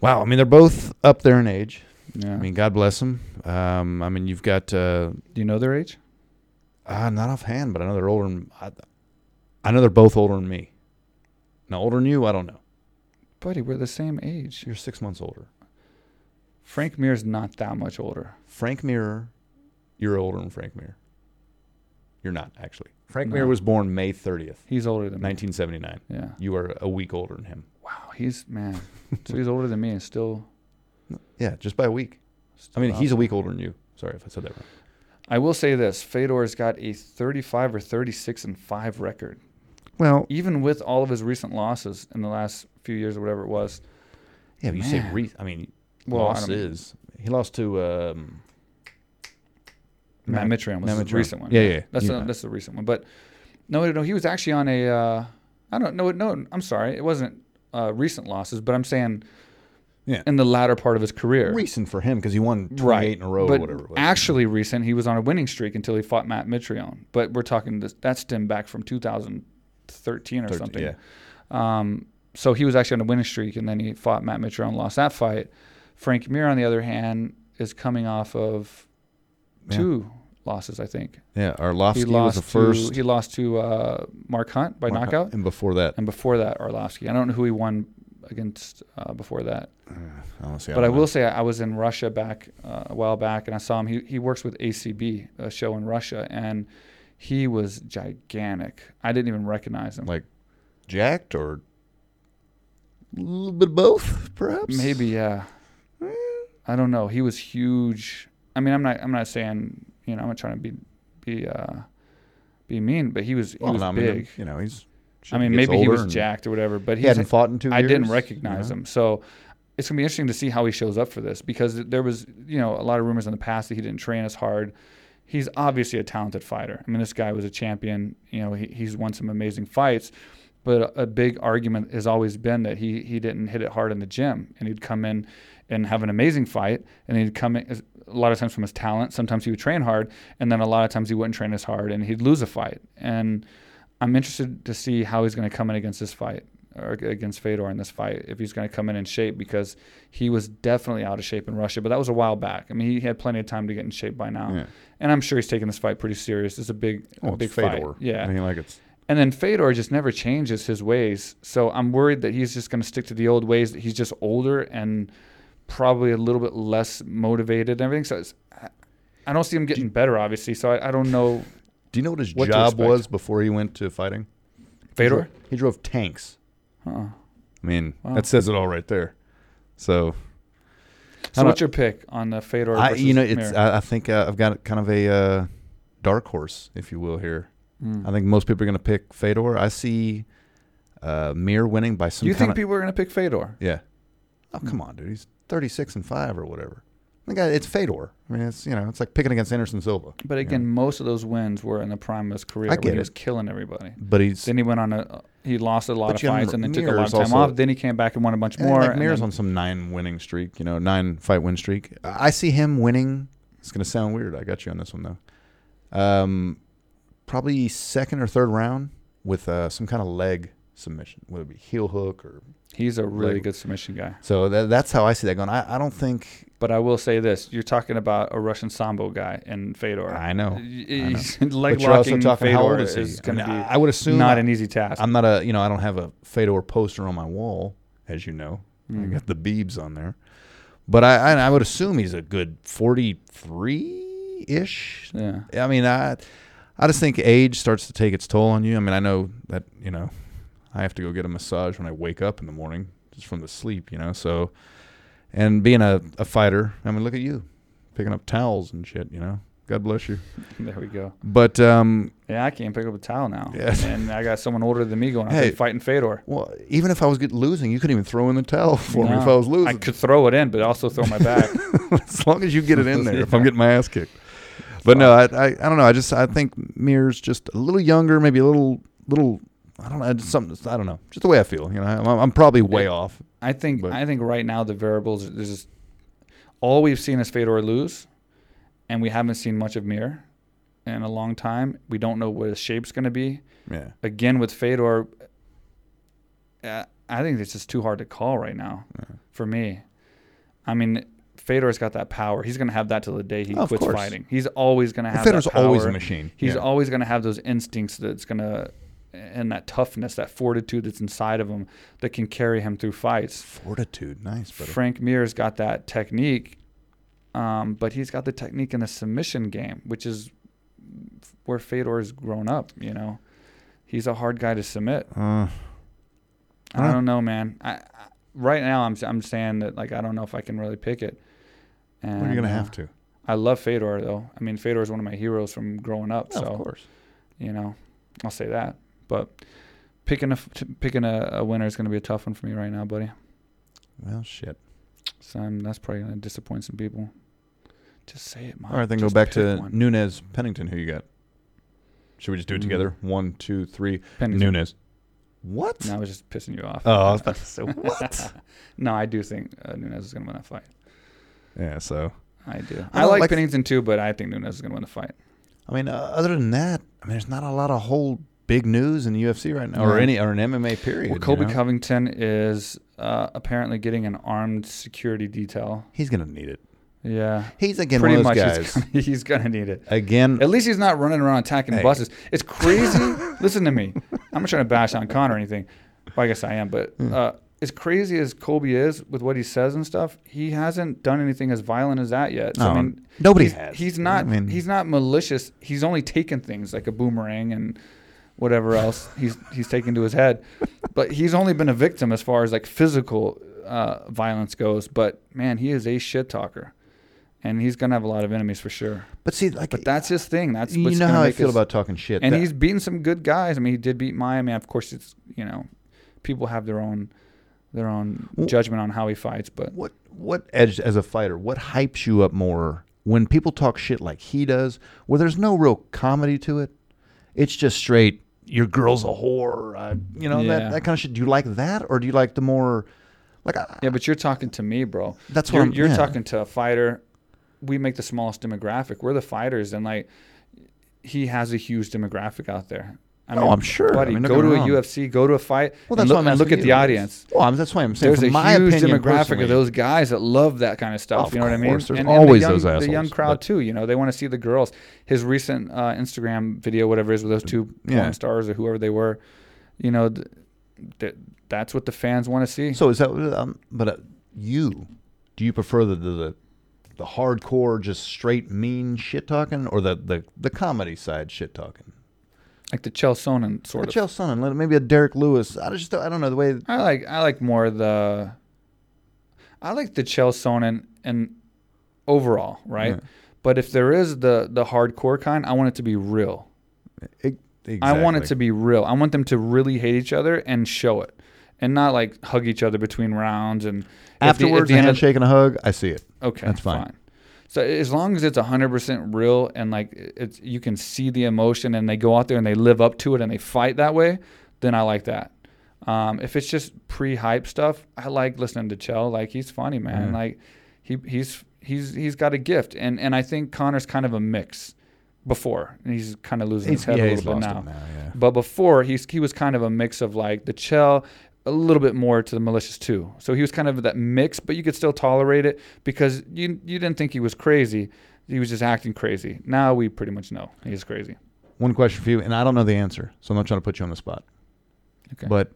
Wow. I mean, they're both up there in age. Yeah. I mean, God bless them. Um, I mean, you've got uh, Do you know their age? uh, not offhand, but I know they're older. Than, I, I know they're both older than me. Now, older than you, I don't know. Buddy, we're the same age. You're six months older. Frank Mir's not that much older. Frank Mirror, you're older than Frank Mirror. You're not actually. Frank No. Mirror was born May 30th, He's older than 1979. me. Yeah. You are a week older than him. Wow. He's man. so he's older than me and still. Yeah, just by a week. I still mean, out he's a there. week older than you. Sorry if I said that wrong. I will say this: Fedor's got a 35 or 36 and five record, Well, even with all of his recent losses in the last few years or whatever it was. yeah, but you say Man. re- I mean, Well, I loss don't- is he lost to um, Matt Matt- Mitrion was Matt the Mitrion. recent one. Yeah, yeah, That's yeah. the- that's the recent one. But no, no, no. He was actually on a. Uh, I don't know. No, I'm sorry. It wasn't uh, recent losses, but I'm saying Yeah. in the latter part of his career. recent for him because he won 28 Right. in a row or but whatever. It was. actually recent, he was on a winning streak until he fought Matt Mitrione. But we're talking this, that stemmed back from 2013 or Thirteen- something. Yeah. Um, so he was actually on a winning streak, and then he fought Matt Mitrione, lost that fight. Frank Mir, on the other hand, is coming off of Yeah. two losses, I think. Yeah, Arlovsky he lost was the first To, he lost to uh, Mark Hunt by Mark- knockout, and before that, and before that, Arlovsky. I don't know who he won against uh, before that, honestly, but I don't know. will say I, I was in Russia back uh, a while back, and I saw him. He he works with ACB, a show in Russia, and he was gigantic. I didn't even recognize him. like jacked or a little bit of both, perhaps. Maybe yeah. hmm? I don't know. He was huge. I mean, I'm not. I'm not saying you know. I'm not trying to be be uh, be mean, but he was he Well, was no, I mean, big. You know, he's. I mean, gets maybe he older was and jacked or whatever, but He he's hadn't fought in two I years. Uh-huh. didn't recognize you know? him. So it's gonna be interesting to see how he shows up for this because there was, you know, a lot of rumors in the past that he didn't train as hard. He's obviously a talented fighter. I mean, this guy was a champion. You know, he, he's won some amazing fights. But a, a big argument has always been that he he didn't hit it hard in the gym, and he'd come in and have an amazing fight, and he'd come in a lot of times from his talent. Sometimes he would train hard, and then a lot of times he wouldn't train as hard, and he'd lose a fight. And I'm interested to see how he's going to come in against this fight or ag- against Fedor in this fight if he's going to come in in shape because he was definitely out of shape in Russia, but that was a while back. I mean, he had plenty of time to get in shape by now, Yeah. and I'm sure he's taking this fight pretty serious. It's a big, Well, a it's big fight. Fedor. Yeah, I mean, like it's. and then Fedor just never changes his ways. So I'm worried that he's just going to stick to the old ways. That he's just older and probably a little bit less motivated and everything. So it's, I- I don't see him getting better, obviously. So I, I don't know Do you know what his What to job expect. was before he went to fighting? He Fedor. drove, he drove tanks. Uh-uh. I mean, Wow. that says it all right there. So So I what's your pick on the Fedor? I, versus you know, it's. Mir? I, I think uh, I've got kind of a uh, dark horse, if you will, here. Mm. I think most people are going to pick Fedor. I see uh, Mir winning by some. you kind think people are going to pick Fedor? Yeah. Oh come on, dude. He's thirty six and five or whatever. The guy, it's Fedor. I mean, it's you know, it's like picking against Anderson Silva. But you again, know. most of those wins were in the prime of his career I when get he it. was killing everybody. but he's Then he went on a uh, he lost a lot But of you fights remember, and then took a lot of Mir's time also- off. Then he came back and won a bunch more. And, like and Mir's then- on some nine winning streak, you know, nine fight win streak. I I see him winning. It's gonna sound weird. I got you on this one though. Um, probably second or third round with uh, some kind of leg submission, whether it be heel hook or. He's a really Like- good submission guy. So that, that's how I see that going. I, I don't think. But I will say this: you're talking about a Russian sambo guy and Fedor. I know. I know. He's Leg but you're also locking talking Fedor how old is is, he? I, going to mean, I- be I would assume not I, an easy task. I'm not a you know I don't have a Fedor poster on my wall, as you know. I Mm. got the Beebs on there, but I I, I would assume he's a good 43 ish. yeah. I mean I I just think age starts to take its toll on you. I mean I know that you know I have to go get a massage when I wake up in the morning just from the sleep, you know. So and being a, a fighter, I mean look at you picking up towels and shit, you know. God bless you. There we go. But um Yeah, I can't pick up a towel now. Yeah. And I got someone older than me going, Hey. hey, fighting Fedor. well, even if I was get, losing, you couldn't even throw in the towel for me if No. I was losing. I could throw it in, but also throw my back. as long as you get it in there. If I'm Yeah. getting my ass kicked, but no, I, I I don't know. I just I think Mir's just a little younger, maybe a little little. I don't know. Just something. I don't know. Just the way I feel. You know, I'm, I'm probably way Yeah. off. I think But- I think right now the variables there's just, all we've seen is Fedor lose, and we haven't seen much of Mir in a long time. We don't know what his shape's going to be. Yeah. Again with Fedor, uh, I think it's just too hard to call right now for me. I mean, Fedor's got that power. He's going to have that till the day he Oh, of quits course. fighting. He's always going to have Fedor's that power. always a machine. He's yeah. always going to have those instincts that's going to and that toughness, that fortitude that's inside of him that can carry him through fights. fortitude. Nice, brother. Frank Mir's got that technique, um, but he's got the technique in the submission game, which is where Fedor's grown up. You know, he's a hard guy to submit. Uh, I don't know, man. I, I right now I'm I'm saying that like I don't know if I can really pick it. And, well, you're gonna uh, have to. I love Fedor though. I mean, Fedor is one of my heroes from growing up. Oh, so of course. you know, I'll say that. But picking a f- t- picking a, a winner is going to be a tough one for me right now, buddy. Well, shit. So I'm, that's probably going to disappoint some people. Just say it, Mike. All right, then Just go back pick to one. Nunez Pennington. Who you got? Should we just do it Mm. together? One, two, three. Pennies. Nunez. What? No, I was just pissing you off. Oh, I was about to say what? no, I do think uh, Nunez is going to win that fight. yeah. So I do. I I, don't like, like- Pennington too, but I think Nunez is going to win the fight. I mean, uh, other than that, I mean, there's not a lot of whole big news in UFC right now, or No. any or an MMA period. Well, you Colby know? Covington is uh, apparently getting an armed security detail. he's gonna need it. Yeah, He's again pretty one of much. those He's guys. gonna, he's going to need it. again, At least he's not running around attacking Hey. buses. It's crazy. Listen to me. I'm not trying to bash on Con or anything. Well, I guess I am, but Hmm. uh, as crazy as Colby is with what he says and stuff, he hasn't done anything as violent as that yet. So, No, I mean, nobody he's, has. He's not. I mean- he's not malicious. He's only taken things like a boomerang and whatever else he's he's taken to his head. But he's only been a victim as far as like physical uh, violence goes. But man, he is a shit talker, and he's gonna have a lot of enemies for sure. but see, like, But that's his thing. That's you what's know gonna how I make feel his- about talking shit. And That- he's beaten some good guys. I mean, he did beat Miami. Of course, it's you know, people have their own their own Well- judgment on how he fights. But what what edge as a fighter? What hypes you up more when people talk shit like he does, where there's no real comedy to it? It's just straight. Your girl's a whore. I, you know Yeah. that, that kind of shit. Do you like that, or do you like the more, like, I, yeah, but you're talking to me, bro. That's what you're, I'm- you're yeah. talking to a fighter. We make the smallest demographic. We're the fighters, and like he has a huge demographic out there. I Oh, I'm sure. I Buddy, mean, don't go get me to wrong. a UFC, go to a fight, Well, and that's look, why I'm and look asking at you. the audience. Well, I'm, that's why I'm saying. There's from a my huge opinion, demographic personally- of those guys that love that kind of stuff. Of you know what I mean? course, there's and, and always the young, those The young assholes, crowd but- too. You know, they want to see the girls. His recent uh, Instagram video, whatever it is, with those two Yeah. porn stars or whoever they were. You know, th- th- that's what the fans want to see. So is that? Um, but uh, you, do you prefer the, the the the hardcore, just straight mean shit talking, or the the the comedy side shit talking? like the Chael Sonnen sort Or of. Chael Sonnen, let- maybe a Derek Lewis. I just don't- I don't know the way. I like I like more the. I like the Chael Sonnen and overall, right? Yeah. But if there is the the hardcore kind, I want it to be real. It, exactly. I want it to be real. I want them to really hate each other and show it, and not like hug each other between rounds and at the- at afterwards. the a end of- Oh. handshake and a hug. I see it. okay, That's fine. So as long as it's hundred percent real and like it's you can see the emotion and they go out there and they live up to it and they fight that way, then I like that. Um, if it's just pre-hype stuff, I like listening to Chell. Like he's funny, man. Yeah. Like he he's he's he's got a gift, and and I think Connor's kind of a mix. before, and he's kind of losing He's, his head yeah, a he's little bit lost now. it now. Yeah. But before, he's, he was kind of a mix of like the chill, a little bit more to the malicious too. So he was kind of that mix, but you could still tolerate it because you you didn't think he was crazy. He was just acting crazy. Now we pretty much know he's crazy. One question for you, and I don't know the answer, so I'm not trying to put you on the spot. Okay. But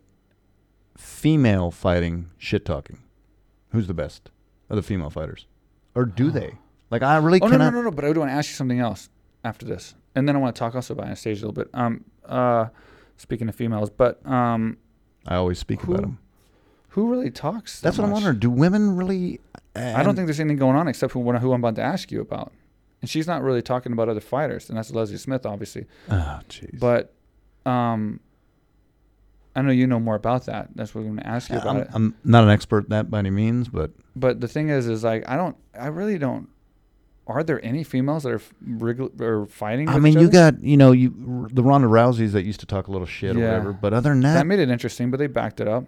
female fighting shit talking, who's the best of the female fighters, or do they? Like I really oh no, cannot. no no no! But I do want to ask you something else after this, and then I want to talk also about Anastasia a little bit. Um, uh, speaking of females, but um, I always speak Who- about them. who really talks? that That's what I'm much? wondering. Do women really? I don't think there's anything going on except who, who I'm about to ask you about, and she's not really talking about other fighters, and that's Leslie Smith, obviously. Oh jeez. But um, I know you know more about that. That's what I'm going to ask you about I'm, it. I'm not an expert in that by any means, but But the thing is, is like I don't, I really don't. Are there any females that are f- wriggle, or fighting? I with mean, each you other? got you know you the Ronda Rouseys that used to talk a little shit Yeah. or whatever. But other than that that, made it interesting, but they backed it up.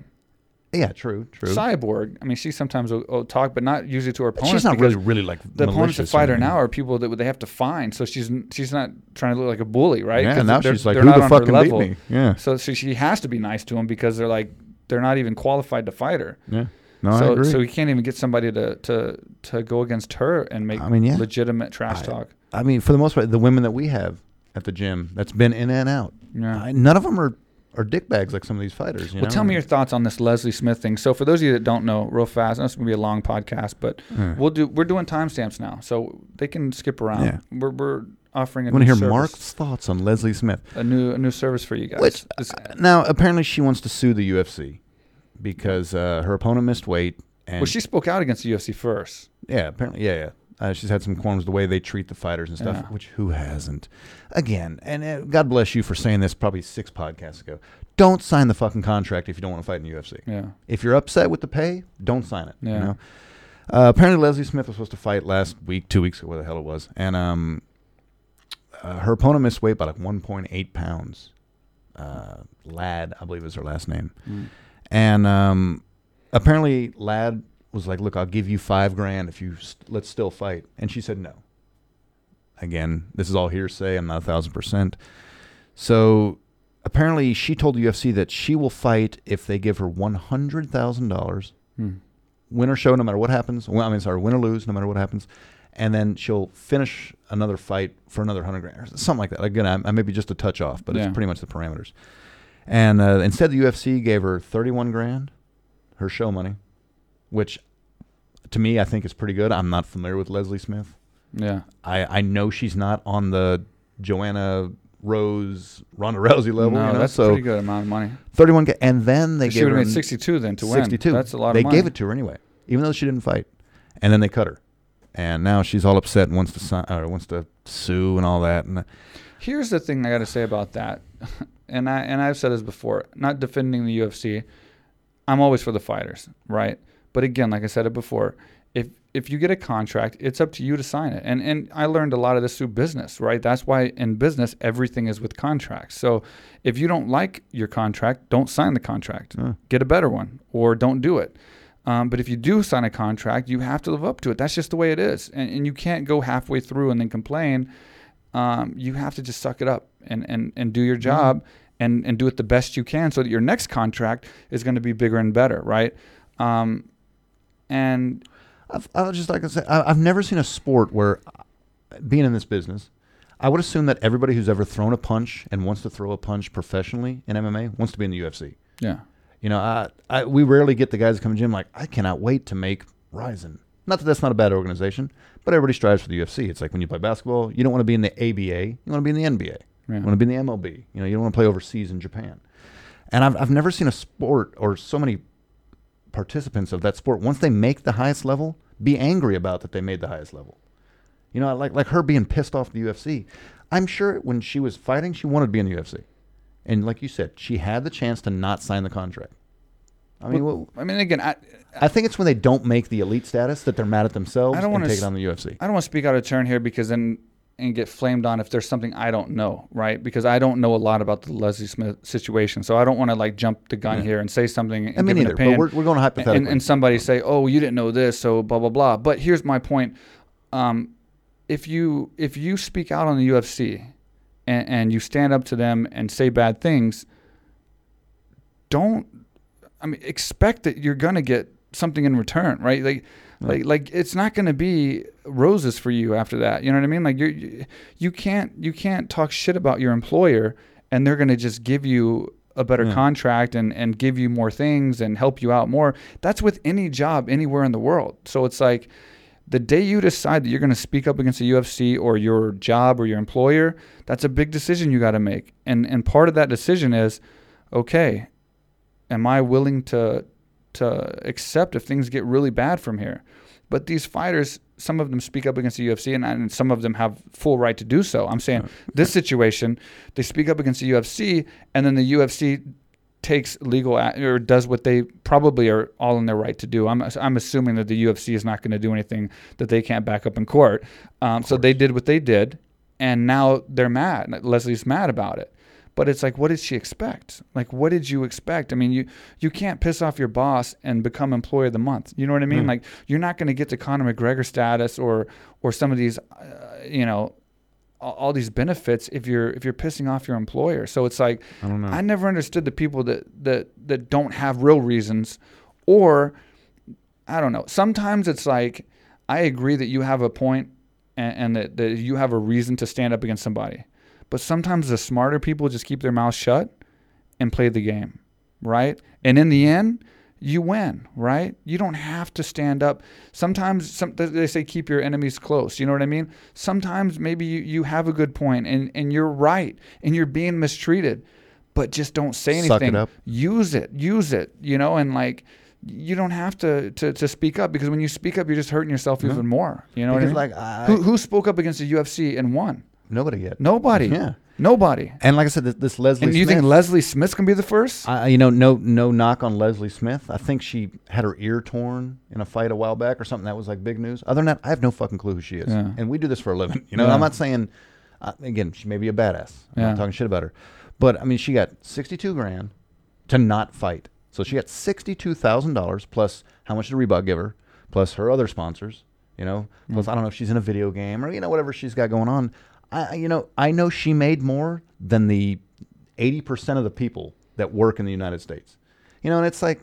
yeah, true, true. Cyborg. I mean, she sometimes will, will talk, but not usually to her But opponents. she's not because really really like the opponents that malicious fight or her now anything. are people that they have to find. So she's n- she's not trying to look like a bully, right? Yeah, 'Cause now they're- she's like, they're who not the on her fuck can beat level. me? Yeah, So she, she has to be nice to them because they're like they're not even qualified to fight her. yeah. No, so I agree. so we can't even get somebody to to to go against her and make I mean, yeah. legitimate trash I- talk. I mean, for the most part, the women that we have at the gym that's been in and out, Yeah. I, none of them are are dickbags like some of these fighters. You well, know? tell me your thoughts on this Leslie Smith thing. So, for those of you that don't know, real fast, I know it's gonna be a long podcast, but Yeah. we'll do. We're doing timestamps now, so they can skip around. Yeah. We're, we're offering a You new want to hear service, Mark's thoughts on Leslie Smith? a new a new service for you guys. Which This- uh, now apparently she wants to sue the UFC because uh, her opponent missed weight and well, she spoke out against the UFC first. yeah, apparently yeah, yeah. Uh, she's had some qualms the way they treat the fighters and stuff, Yeah. which who hasn't? Again, and uh, God bless you for saying this probably six podcasts ago. Don't sign the fucking contract if you don't want to fight in the UFC. Yeah. If you're upset with the pay, don't sign it. Yeah. You know? uh, apparently, Leslie Smith was supposed to fight last week, two weeks ago, where the hell it was, and um, uh, her opponent missed weight by like 1.8 pounds. Uh, Ladd, I believe is her last name, and um, apparently Ladd was like, "Look, I'll give you five grand if you st- let's still fight," and she said no. Again, this is all hearsay. I'm not a thousand percent. So apparently, she told the UFC that she will fight if they give her one hundred thousand dollars Hmm. win or show, no matter what happens. Well, I mean, sorry, win or lose, no matter what happens. And then she'll finish another fight for another hundred grand, or something like that. Again, I, I may be just a touch off, but Yeah. it's pretty much the parameters. And uh, instead, the UFC gave her thirty-one grand, her show money, which to me I think is pretty good. I'm not familiar with Leslie Smith. Yeah. I, I know she's not on the Joanna Rose Ronda Rousey level. no, you know? that's a so pretty good amount of money. thirty-one, ga- and then they she gave would her have an- made 62 then to win. 62. That's a lot they of money. gave it to her anyway, even though she didn't fight. And then they cut her. And now she's all upset and wants to sign, or wants to sue and all that. And Here's the thing I got to say about that, and I and I've said this before. Not defending the UFC, I'm always for the fighters, right? But again, like I said it before, if if you get a contract, it's up to you to sign it. And and I learned a lot of this through business, right? That's why in business everything is with contracts. So if you don't like your contract, don't sign the contract. Yeah. Get a better one, or don't do it. Um, but if you do sign a contract, you have to live up to it. That's just the way it is, and, and you can't go halfway through and then complain. Um, you have to just suck it up and and, and do your job and and do it the best you can, so that your next contract is going to be bigger and better, right? Um, and I've, I was just like I said, I, I've never seen a sport where, uh, being in this business, I would assume that everybody who's ever thrown a punch and wants to throw a punch professionally in MMA wants to be in the UFC. yeah, You know, I, I we rarely get the guys that come to the gym like, I cannot wait to make Ryzen. Not that that's not a bad organization, but everybody strives for the UFC. It's like when you play basketball, you don't want to be in the ABA, you want to be in the NBA, Yeah. you want to be in the MLB. You know, you don't want to play overseas in Japan. And I've I've never seen a sport or so many participants of that sport once they make the highest level be angry about that they made the highest level. You know, like like her being pissed off the UFC. I'm sure when she was fighting, she wanted to be in the UFC, and like you said, she had the chance to not sign the contract. I mean, well, I mean, again, I I think it's when they don't make the elite status that they're mad at themselves I don't and wanna take s- it on the UFC. I don't want to speak out of turn here because then and get flamed on if there's something I don't know, right? Because I don't know a lot about the Leslie Smith situation, so I don't want to like jump the gun here and say something. And I give an mean, neither. But opinion. we're we're going hypothetically. and, and somebody say, "Oh, you didn't know this," so blah blah blah. But here's my point: um, if you if you speak out on the UFC and, and you stand up to them and say bad things, don't I mean expect that you're gonna get something in return, right? Like like like it's not going to be roses for you after that. You know what I mean? Like you're, you you can't you can't talk shit about your employer and they're going to just give you a better Yeah. contract and and give you more things and help you out more. That's with any job anywhere in the world. So it's like the day you decide that you're going to speak up against the UFC or your job or your employer, that's a big decision you got to make. And and part of that decision is okay, am I willing to to accept if things get really bad from here? But these fighters, some of them speak up against the UFC, and, and some of them have full right to do so. I'm saying this situation, they speak up against the UFC, and then the UFC takes legal ac or does what they probably are all in their right to do. I'm I'm assuming that the UFC is not going to do anything that they can't back up in court. Um, so they did what they did, and now they're mad. Leslie's mad about it. But it's like, what did she expect? Like, what did you expect? I mean, you you can't piss off your boss and become employee of the month. You know what I mean? Hmm. Like, you're not going to get to Conor McGregor status or or some of these, uh, you know, all, all these benefits if you're if you're pissing off your employer. So it's like, I don't know. I never understood the people that that that don't have real reasons, or I don't know. Sometimes it's like I agree that you have a point and, and that, that you have a reason to stand up against somebody, but sometimes the smarter people just keep their mouth shut and play the game, right? And in the end, you win, right? You don't have to stand up. Sometimes some, th- they say keep your enemies close. You know what I mean? Sometimes maybe you, you have a good point and, and you're right and you're being mistreated, but just don't say anything. Suck it up. Use it, use it, you know, and like you don't have to, to, to speak up because when you speak up, you're just hurting yourself even more. You know because what I mean? like I, who, who spoke up against the UFC and won? nobody yet. Nobody. Yeah. Nobody. And like I said, this, this Leslie. And you Smith, think Leslie Smith's gonna be the first? I, you know, no, no knock on Leslie Smith. I think she had her ear torn in a fight a while back or something that was like big news. Other than that, I have no fucking clue who she is. Yeah. And we do this for a living. You know, Yeah. I'm not saying. Uh, again, she may be a badass. I'm Yeah. not talking shit about her, but I mean, she got 62 grand to not fight. So she got 62 thousand dollars plus how much did Reebok give her, plus her other sponsors. You know, Mm. plus I don't know if she's in a video game or you know whatever she's got going on. I I- you know I know she made more than the 80% of the people that work in the United States. You know, and it's like,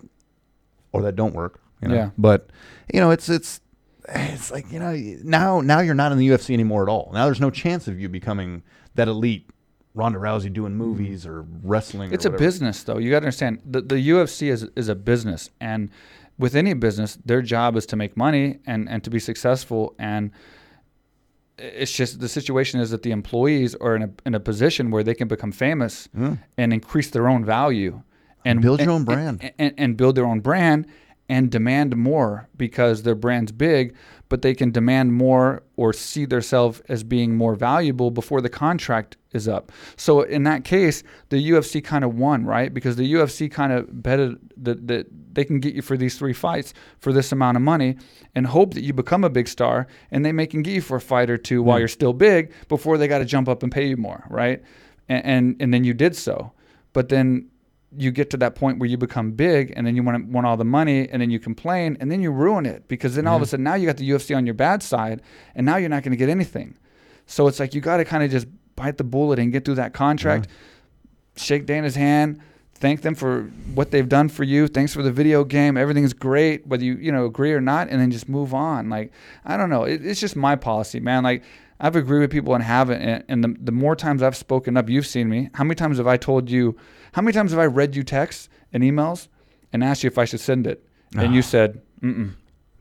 or that don't work. You know? Yeah. But you know, it's it's it's like you know now now you're not in the UFC anymore at all. Now there's no chance of you becoming that elite Ronda Rousey doing movies or wrestling. or It's a whatever. business, though. You got to understand the the UFC is is a business, and with any business, their job is to make money and and to be successful. And it's just the situation is that the employees are in a in a position where they can become famous and increase their own value and Build your and- own and- brand. and, and build their own brand and demand more because their brand's big, but they can demand more or see themselves as being more valuable before the contract is up. So in that case, the UFC kind of won, right? Because the UFC kind of betted that, that they can get you for these three fights for this amount of money and hope that you become a big star and they may can get you for a fight or two while you're still big before they got to jump up and pay you more, right? And, and and then you did so. But then you get to that point where you become big and then you want want all the money and then you complain and then you ruin it because then all of a sudden now you got the UFC on your bad side and now you're not going to get anything. So it's like you got to kind of just bite the bullet and get through that contract, shake Dana's hand, thank them for what they've done for you. Thanks for the video game. Everything's great whether you, you know, agree or not and then just move on. Like I don't know, it, it's just my policy, man. Like I've agreed with people and haven't. And, and the, the more times I've spoken up, you've seen me. How many times have I told you? How many times have I read you texts and emails and asked you if I should send it? And you said, Mm-mm,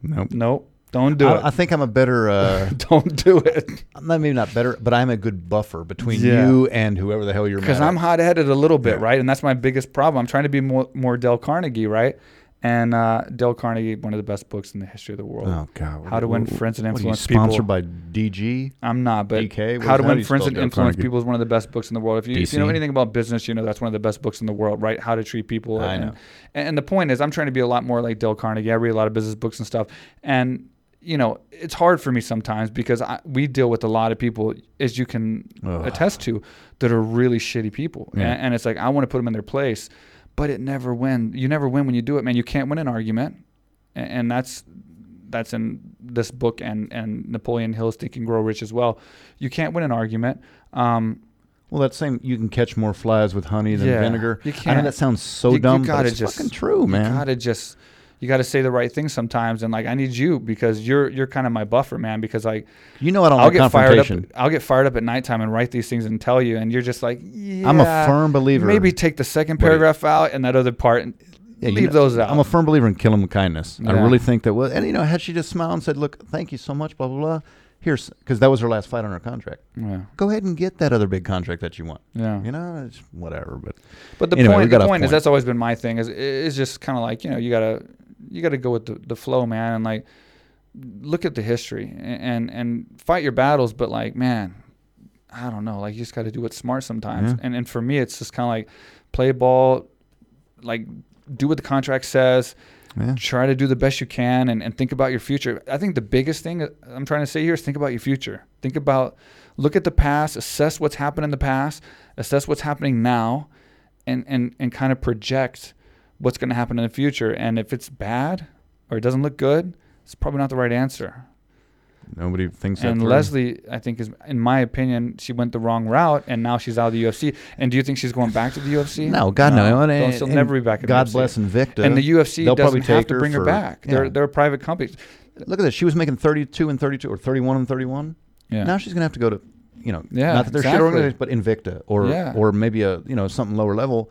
Nope. no, don't do it. Ah. I, I think I'm a better. Uh, don't do it. I'm not maybe not better, but I'm a good buffer between Yeah. you and whoever the hell you're. Because mad I'm at. hot headed a little bit, Yeah. right? And that's my biggest problem. I'm trying to be more, more Dale Carnegie, right? And uh, Dale Carnegie, one of the best books in the history of the world. Oh God! How to Win Friends and What are you, Influence People. sponsored by DG? I'm not, but DK? What How is- to how do Win you Friends spell and Dale Influence Carnegie? People is one of the best books in the world. If you, if you know DC? anything about business, you know that's one of the best books in the world, right? How to treat people. I and, know. And, and the point is, I'm trying to be a lot more like Dale Carnegie. I read a lot of business books and stuff, and you know it's hard for me sometimes because I, we deal with a lot of people, as you can Ugh. attest to, that are really shitty people, Yeah. and, and it's like I want to put them in their place, but it never win. You never win when you do it, man. You can't win an argument, and, and that's that's in this book and and Napoleon Hill's Think and Grow Rich as well. You can't win an argument. Um, Well, that same you can catch more flies with honey than Yeah, vinegar. you I know can't. that sounds so You- you dumb, but gotta it's just- fucking true, man. You gotta just you gotta say the right thing sometimes. And like I need you because you're you're kind of my buffer, man. Because like You know I don't I'll like get fired up. confrontation. I'll get fired up at nighttime and write these things and tell you, and you're just like, yeah, I'm a firm believer. Maybe take the second Wait. paragraph out and that other part and Yeah, you leave know- those out. I'm a firm believer in kill 'em with kindness. I Yeah. really think that. Well, and you know, had she just smiled and said, "Look, thank you so much," blah blah blah. Here's because that was her last fight on her contract. yeah, Go ahead and get that other big contract that you want. yeah. You know, it's whatever. But But the Anyway, we point, got the off point is point. that's always been my thing. Is it's just kind of like you know you gotta you gotta go with the, the flow, man, and like look at the history and, and and fight your battles. But like, man, I don't know. Like you just gotta do what's smart sometimes. Yeah. And and for me, it's just kind of like play ball, like do what the contract says. yeah, Try to do the best you can and, and think about your future. I think the biggest thing that I'm trying to say here is think about your future. Think about, look at the past, assess what's happened in the past, assess what's happening now, and, and, and kind of project what's going to happen in the future. And if it's bad or it doesn't look good, it's probably not the right answer. nobody thinks that. And through. Leslie, I think, is, in my opinion, she went the wrong route and now she's out of the UFC. And do you think she's going back to the UFC? No, God no. And, Don't- and- she'll and never be back in God UFC. bless Invicta. And the UFC They'll doesn't probably have take to her bring her, for- back. yeah. They're, they're a private company. Look at this. She was making 32 and 32, or 31 and 31. Yeah. Now she's gonna have to go to, you know, Yeah, not that they're shit exactly. organized, but Invicta or Yeah. or maybe a you know something lower level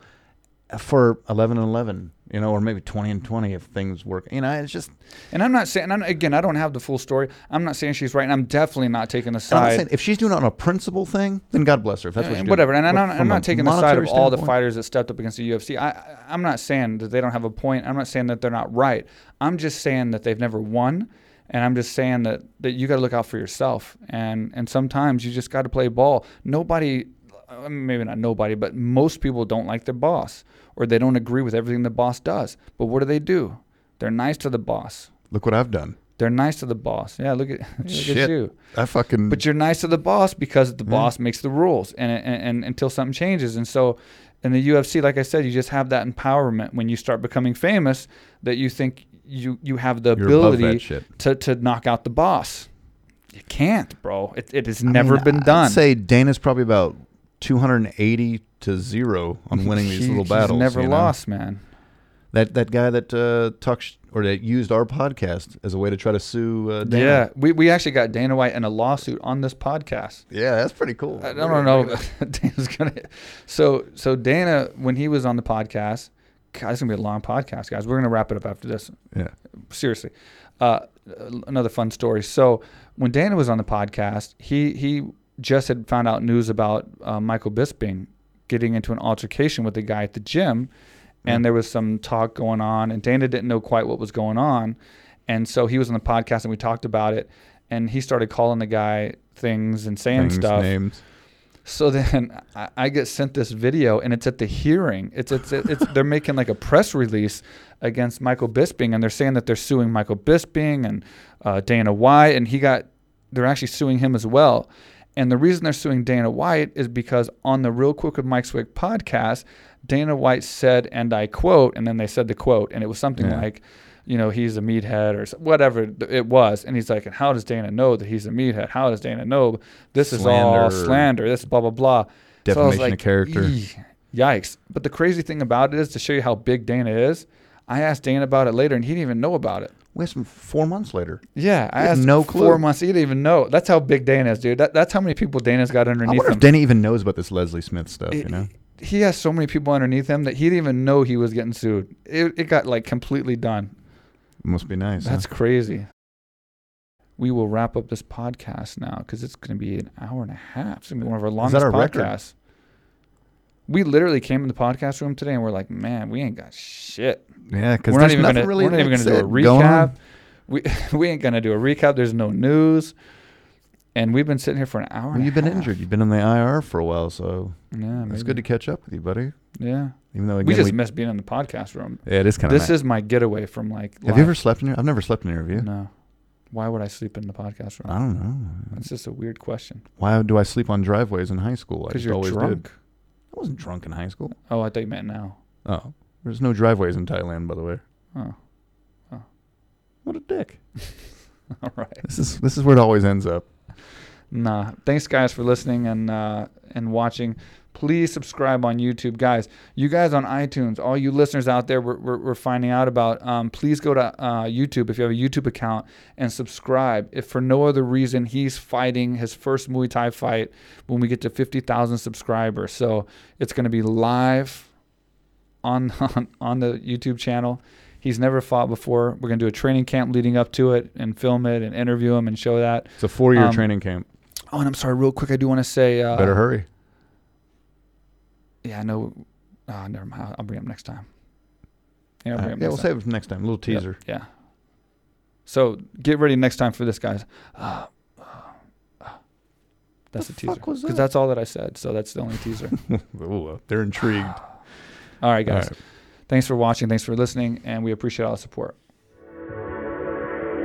uh, for 11 and 11, you know, or maybe 20 and 20 if things work. You know, it's just And I'm not saying, and I'm, again, I don't have the full story. I'm not saying she's right, and I'm definitely not taking the and I'm not side. saying, if she's doing it on a principle thing, then God bless her. If that's what she's and doing. Eh, whatever. And I'm But not, I'm from a not taking the side of monetary all the standpoint, fighters that stepped up against the UFC. I, I- I'm not saying that they don't have a point. I'm not saying that they're not right. I'm just saying that they've never won. And I'm just saying that, that you got to look out for yourself. And, and sometimes you just got to play ball. Nobody, uh, maybe not nobody, but most people don't like their boss or they don't agree with everything the boss does. But what do they do? They're nice to the boss. Look what I've done. They're nice to the boss. Yeah, look at, look at Shit. you. I fucking. But you're nice to the boss because Mm-hmm. the boss makes the rules, and, and and until something changes, and so in the UFC, like I said, you just have that empowerment when you start becoming famous that you think you you have the You're above that ability shit. to to knock out the boss. You can't, bro. It it has I never mean, been I'd done. say Dana's probably about 280 to zero on winning these He- little he's battles. never you know? lost, man. That that guy that uh, talks sh- or that used our podcast as a way to try to sue uh, Dana. Yeah, we we actually got Dana White in a lawsuit on this podcast. Yeah, that's pretty cool. I don't know. Dana's gonna. So so Dana, when he was on the podcast, God, it's gonna be a long podcast, guys. We're gonna wrap it up after this. Yeah. seriously. Uh, another fun story. So when Dana was on the podcast, he he just had found out news about uh, Michael Bisping getting into an altercation with a guy at the gym, and there was some talk going on, and Dana didn't know quite what was going on, and so he was on the podcast and we talked about it, and he started calling the guy things and saying Things, stuff. names. So then I, I get sent this video, and it's at the hearing. It's it's it's they're making like a press release against Michael Bisping, and they're saying that they're suing Michael Bisping and uh, Dana White, and he got they're actually suing him as well. And the reason they're suing Dana White is because on the Real Quick with Mike Swick podcast, Dana White said, and I quote, and then they said the quote, and it was something Yeah. like, you know, he's a meathead or s- whatever th- it was. And he's like, and how does Dana know that he's a meathead? How does Dana know this is all Slander. slander? slander, this blah blah blah. I was Defamation of character. "Eeh, Yikes. But the crazy thing about it is to show you how big Dana is, I asked Dana about it later and he didn't even know about it. We had some four months later. Yeah, I He had asked no four clue. months. He didn't even know. That's how big Dana is, dude. That, that's how many people Dana's got I underneath wonder him. if Dana even knows about this Leslie Smith stuff. It- you know, He has so many people underneath him that he didn't even know he was getting sued. It, it got like completely done. must be nice. huh? That's crazy. We will wrap up this podcast now because it's going to be an hour and a half. It's going to be one of our longest our podcasts. record? We literally came in the podcast room today and we're like, man, we ain't got shit. yeah, because We're not there's even nothing gonna, really. we're not even like gonna do a said going on. recap. We we ain't gonna do a recap. There's no news, and we've been sitting here for an hour. Well, and a you've been half. injured. You've been in the IR for a while, so Yeah, it's maybe. good to catch up with you, buddy. Yeah, Even though again, we just we- missed being in the podcast room. yeah, it is kind of. This is my getaway from like. Have you ever slept in here? I've never slept in here. Have you? Uh, No. Why would I sleep in the podcast room? I don't know. That's just a weird question. Why do I sleep on driveways in high school? I Because just you're always drunk. did. I wasn't drunk in high school. Oh, I thought you meant now. Oh, there's no driveways in Thailand, by the way. Oh. Oh. What a dick. All right. This is this is where it always ends up. Nah. uh, Thanks, guys, for listening and uh, and watching. Please subscribe on YouTube, guys. You guys on iTunes, all you listeners out there, we're, we're, we're finding out about. Um, please go to uh, YouTube if you have a YouTube account and subscribe. If for no other reason, he's fighting his first Muay Thai fight when we get to fifty thousand subscribers. So it's going to be live on, on on the YouTube channel. He's never fought before. We're gonna do a training camp leading up to it and film it and interview him and show that. It's a four year Um, training camp. Oh, and I'm sorry, real quick, I do want to say. Uh, Better hurry. Yeah, I know. Uh, never mind. I'll- I'll bring it up next time. Yeah, I'll Uh, bring it up yeah, next we'll time. save it for next time. A little Yep, teaser. Yeah. So get ready next time for this, guys. Uh, uh, uh. that's The a teaser fuck was because that? that's all that I said. So that's the only teaser. Ooh, uh, they're intrigued. All right, All guys. right. Thanks for watching. Thanks for listening, and we appreciate all the support.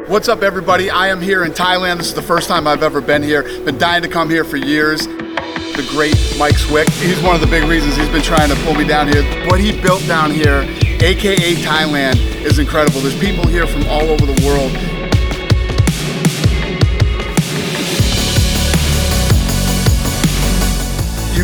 What's up, everybody? I am here in Thailand. This is the first time I've ever been here. Been dying to come here for years. The great Mike Swick. He's one of the big reasons he's been trying to pull me down here. What he built down here, aka Thailand, is incredible. There's people here from all over the world. You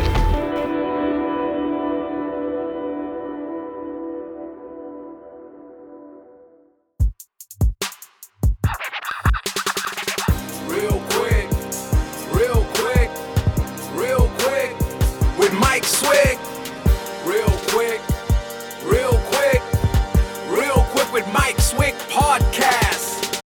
Real quick, real quick, real quick with Mike Swick.